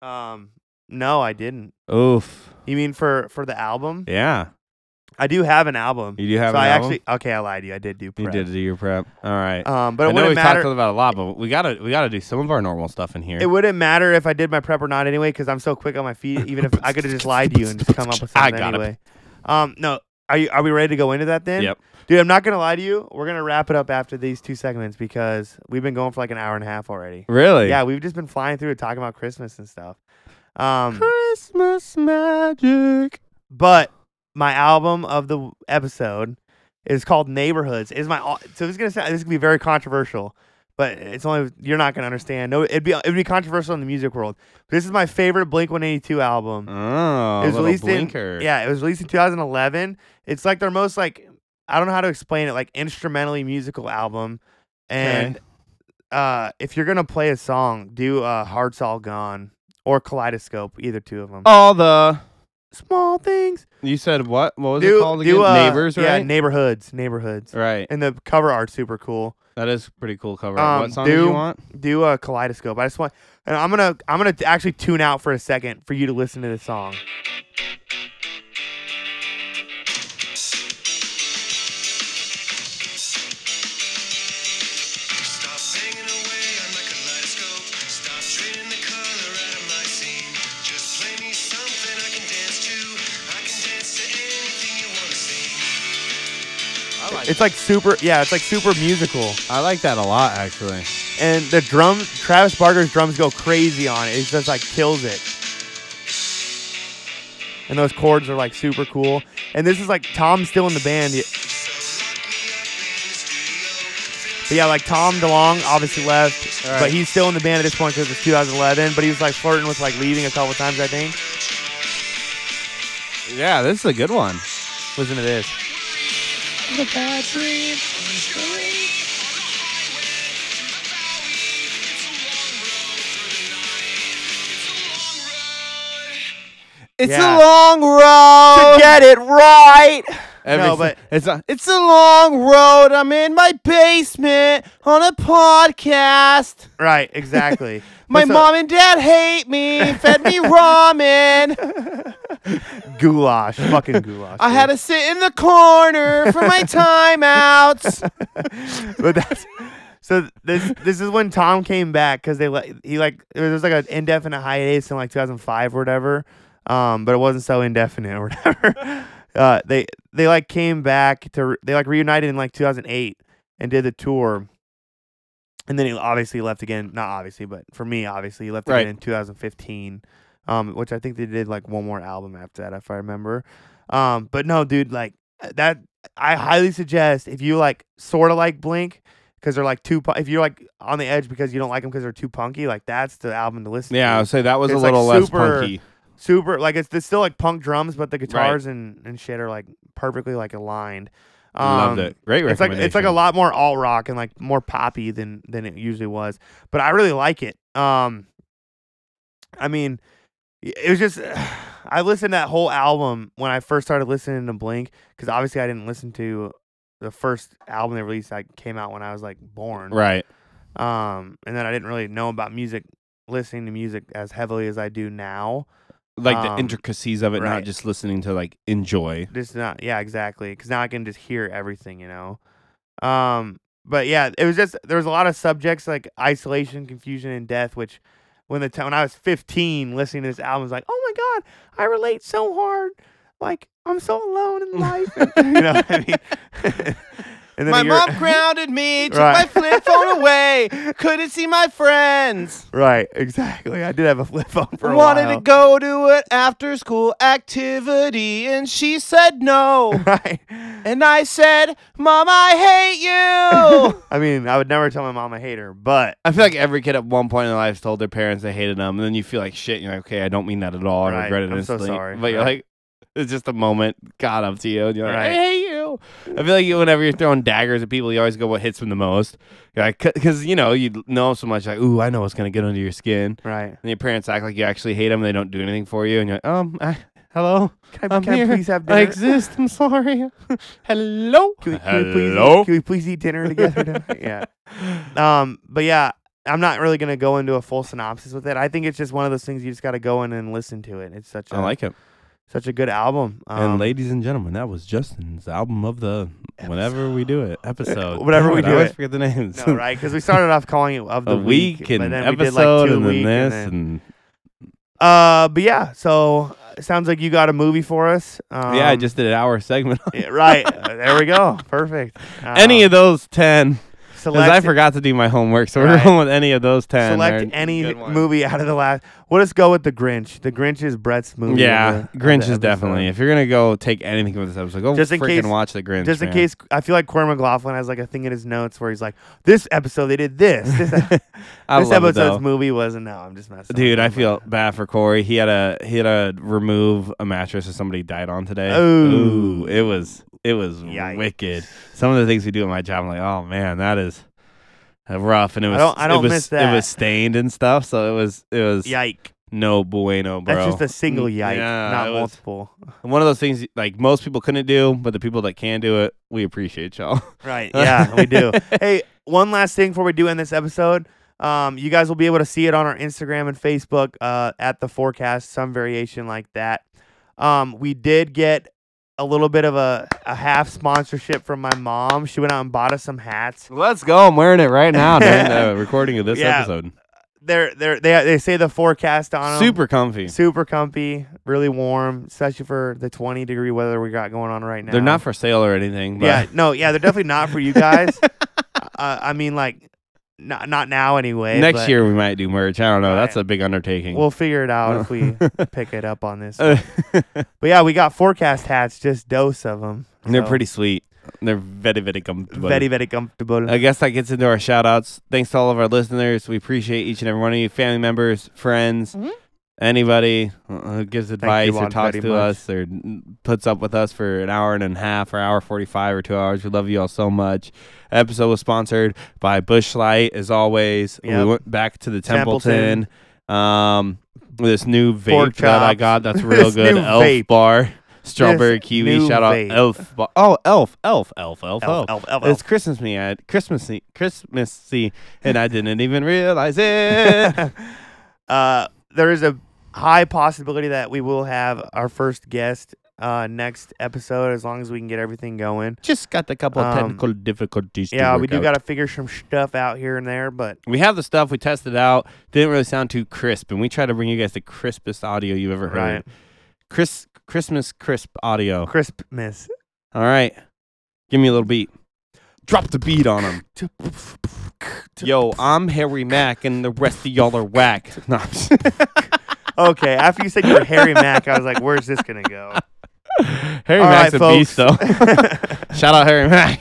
um no i didn't Oof. you mean for for the album Yeah. i do have an album You do have so an I album? actually okay i lied to you i did do prep You did do your prep. Uh, All right. um but I it know wouldn't we've matter talked about it a lot, but we gotta we gotta do some of our normal stuff in here. It wouldn't matter if I did my prep or not anyway, because I'm so quick on my feet. Even if I could have just lied to you and just come up with I something got it. anyway. Um, no, are you are we ready to go into that then? Yep. dude. I'm not gonna lie to you. We're gonna wrap it up after these two segments because we've been going for like an hour and a half already. Really? Yeah, we've just been flying through it talking about Christmas and stuff. Um, Christmas magic. but my album of the w- episode is called Neighborhoods. Is my au- so this is gonna sound this is gonna be very controversial, but it's only you're not gonna understand. No, it'd be it'd be controversial in the music world. This is my favorite Blink 182 album. Oh, It was little released blinker. in yeah, it was released in 2011. It's like their most like I don't know how to explain it like instrumentally musical album, and uh, if you're gonna play a song, do uh, Hearts All Gone or Kaleidoscope, either two of them. All the Small things. you said what? What was do, it called do, again? uh, Neighbors, Yeah, right? neighborhoods, neighborhoods. right. And the cover art's super cool. That is pretty cool cover. Um, what song do you do- want? Do a kaleidoscope. I just want, and I'm gonna, I'm gonna actually tune out for a second for you to listen to this song. Stop singing away on my kaleidoscope. Stop draining the color out of my scene. Just play me something I can dance to. I can dance to anything you wanna sing. I like It's like super, yeah, it's like super musical. I like that a lot actually. And the drum, Travis Barker's drums go crazy on it. It just like kills it. And those chords are like super cool. And this is like Tom's still in the band. So lock me up in the studio. But Fill yeah, like Tom DeLong obviously left, All right. but he's still in the band at this point because it's 2011. But he was like flirting with like leaving a couple times, I think. Yeah, this is a good one. Listen to this. It's Yeah. a long road. Get it right. Every No, si- but- it's a it's a long road. I'm in my basement on a podcast. Right, exactly. My But so- mom and dad hate me. Fed me ramen. goulash, fucking goulash. I had to sit in the corner for my timeouts. dude. But that's so. This this is when Tom came back because they let he like there was like an indefinite hiatus in like 2005 or whatever. Um, but it wasn't so indefinite or whatever. Uh, they they like came back to re- they like reunited in like 2008 and did the tour. And then he obviously left again. Not obviously, but for me, obviously, he left Right. again in 2015. um, which I think they did like one more album after that, if I remember. Um, but no, dude, like Uh, that, I highly suggest if you like sort of like Blink because they're like too, pu- if you're like on the edge because you don't like them because they're too punky, like that's the album to listen Yeah, I to. would say that was a It's, like, little less super- punky. Super, like it's, it's still like punk drums, but the guitars and, and shit are like perfectly like aligned. Loved Um, it. Great it's like recommendation. it's like a lot more alt rock and like more poppy than than it usually was. But I really like it. Um, I mean, y- it was just I listened to that whole album when I first started listening to Blink because obviously I didn't listen to the first album they released that came out when I was like born. Right. Um, and then I didn't really know about music, listening to music as heavily as I do now. Like the Um, intricacies of it, not right. just listening to like enjoy. Just not, yeah, exactly. Because now I can just hear everything, you know. Um, but yeah, it was just there was a lot of subjects like isolation, confusion, and death. Which, when the time when I was 15, listening to this album, I was like, oh my god, I relate so hard. Like I'm so alone in life. you know what I mean? and then a year- grounded me, Right. flip phone away, couldn't see my friends. right, exactly. I did have a flip phone for a while. go to an after school activity, and she said no. Right. and I said, Mom, I hate you. I mean, I would never tell my mom I hate her, but I feel like every kid at one point in their life told their parents they hated them, and then you feel like shit. And you're like, okay, I don't mean that at all. I Right. regret it I'm so instantly. sorry. But you're Right. like, it's just a moment got up to you, and you're like, I Right. hate you. I feel like you, whenever you're throwing daggers at people, you always go what hits them the most. You're like, because you know you know 'em so much, like, ooh, I know what's gonna get under your skin. right. And your parents act like you actually hate them. And they don't do anything for you, and you're like, um, I, hello, Can I, I'm can I here. please have dinner? I exist. I'm sorry. hello. Can we, can we please Hello? Eat, can we please eat dinner together? tonight? yeah. Um. But yeah, I'm not really gonna go into a full synopsis with it. I think it's just one of those things you just gotta go in and listen to it. It's such a I like it. such a good album. Um, and ladies and gentlemen, that was Justin's album of the whenever we do it episode. Whenever Damn we it, I do always it. forget the names. no, right? Because we started off calling it of the a week, and but then we did episode like two and a then week this then- and, uh. But yeah, so uh, sounds like you got a movie for us. Um, yeah, I just did an hour segment. on yeah, right. Uh, there we go. Perfect. any Um, of those ten, because I select- forgot to do my homework, so we're Right. going with any of those ten. Select They're any good ones. movie out of the last. Well, let's go with the Grinch. The Grinch is Brett's movie. of Yeah, the- of Grinch the is definitely. episode. If you're gonna go take anything from this episode, go Just in freaking case- watch the Grinch. Just in man. case, I feel like Corey McLaughlin has like a thing in his notes where he's like, "This episode they did this. This, e-" I this love it, episode's though. movie wasn't." No, I'm just messing. Dude, I with you, feel bad for Corey. He had a he had to remove a mattress that somebody died on today. Ooh. Ooh, it was it was Yikes. wicked. Some of the things we do at my job, I'm like, oh man, that is uh, rough. And it I was don't- I don't it was, miss that. It was stained and stuff, so it was it was but Yike! no bueno, bro. That's just a single Mm, yike, yeah, not it was multiple. One of those things like most people couldn't do, but the people that can do it, we appreciate y'all. Right. Yeah, we do. Hey, one last thing before we do end this episode. Um, you guys will be able to see it on our Instagram and Facebook uh, at the forecast, some variation like that. Um, we did get a little bit of a, a half sponsorship from my mom. She went out and bought us some hats. Let's go. I'm wearing it right now during the recording of this Yeah. episode. They're, they're, they, they say the forecast on 'em. Super comfy. Super comfy, really warm, especially for the 20 degree weather we got going on right now. They're not for sale or anything. But Yeah, no, yeah, they're definitely not for you guys. uh, I mean, like, not not now anyway. Next but year we might do merch. I don't know. That's Right. a big undertaking. we'll figure it out if we pick it up on this. one. But yeah, we got forecast hats, just dose of them. they're pretty sweet. They're very, very comfortable. very very comfortable. I guess that gets into our shout outs. Thanks to all of our listeners. We appreciate each and every one of you, family members, friends, Mm-hmm. anybody uh, who gives advice all or talks very to much. us or n- puts up with us for an hour and a half or hour 45 or two hours. We love you all so much. Episode was sponsored by Bushlight, as always. We Yep. went back to the Templeton. Templeton. Um, this new vape Pork that I chops. got that's real This good. new Elf vape. bar. Strawberry This kiwi, new shout out vape. Elf. Bar. Oh, Elf, Elf, Elf, Elf, Elf, Elf. elf, elf, It's Christmas-y, I- Christmasy, Christmasy, and I didn't even realize it. elf. uh, there is a high possibility that we will have our first guest uh, next episode, as long as we can get everything going. Just got a couple Um, technical difficulties. to Yeah, we work do out. got to figure some stuff out here and there, but We have the stuff. We tested out. Didn't really sound too crisp, and we try to bring you guys the crispest audio you've ever heard. Right. Chris, Christmas crisp audio. crispness. All right, give me a little beat. Drop the beat on him. Yo, I'm Harry Mack, and the rest of y'all are whack. No, I'm just- okay, after you said you were Harry Mack, I was like, where's this gonna go? Harry All Mack's right, a beast, though. folks. Shout out Harry Mack.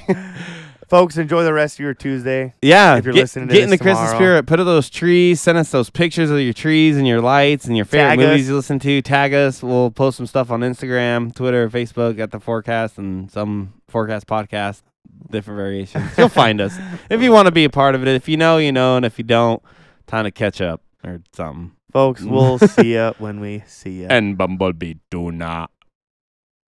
Folks, enjoy the rest of your Tuesday. Yeah, If you're get, listening to get this in the Christmas tomorrow. spirit. Put up those trees. Send us those pictures of your trees and your lights and your favorite Tag movies us. you listen to. Tag us. We'll post some stuff on Instagram, Twitter, Facebook at the forecast and some forecast podcast, different variations. You'll find us if you want to be a part of it. If you know, you know, and if you don't, time to catch up or something. Folks, we'll see ya when we see ya. And Bumblebee, do not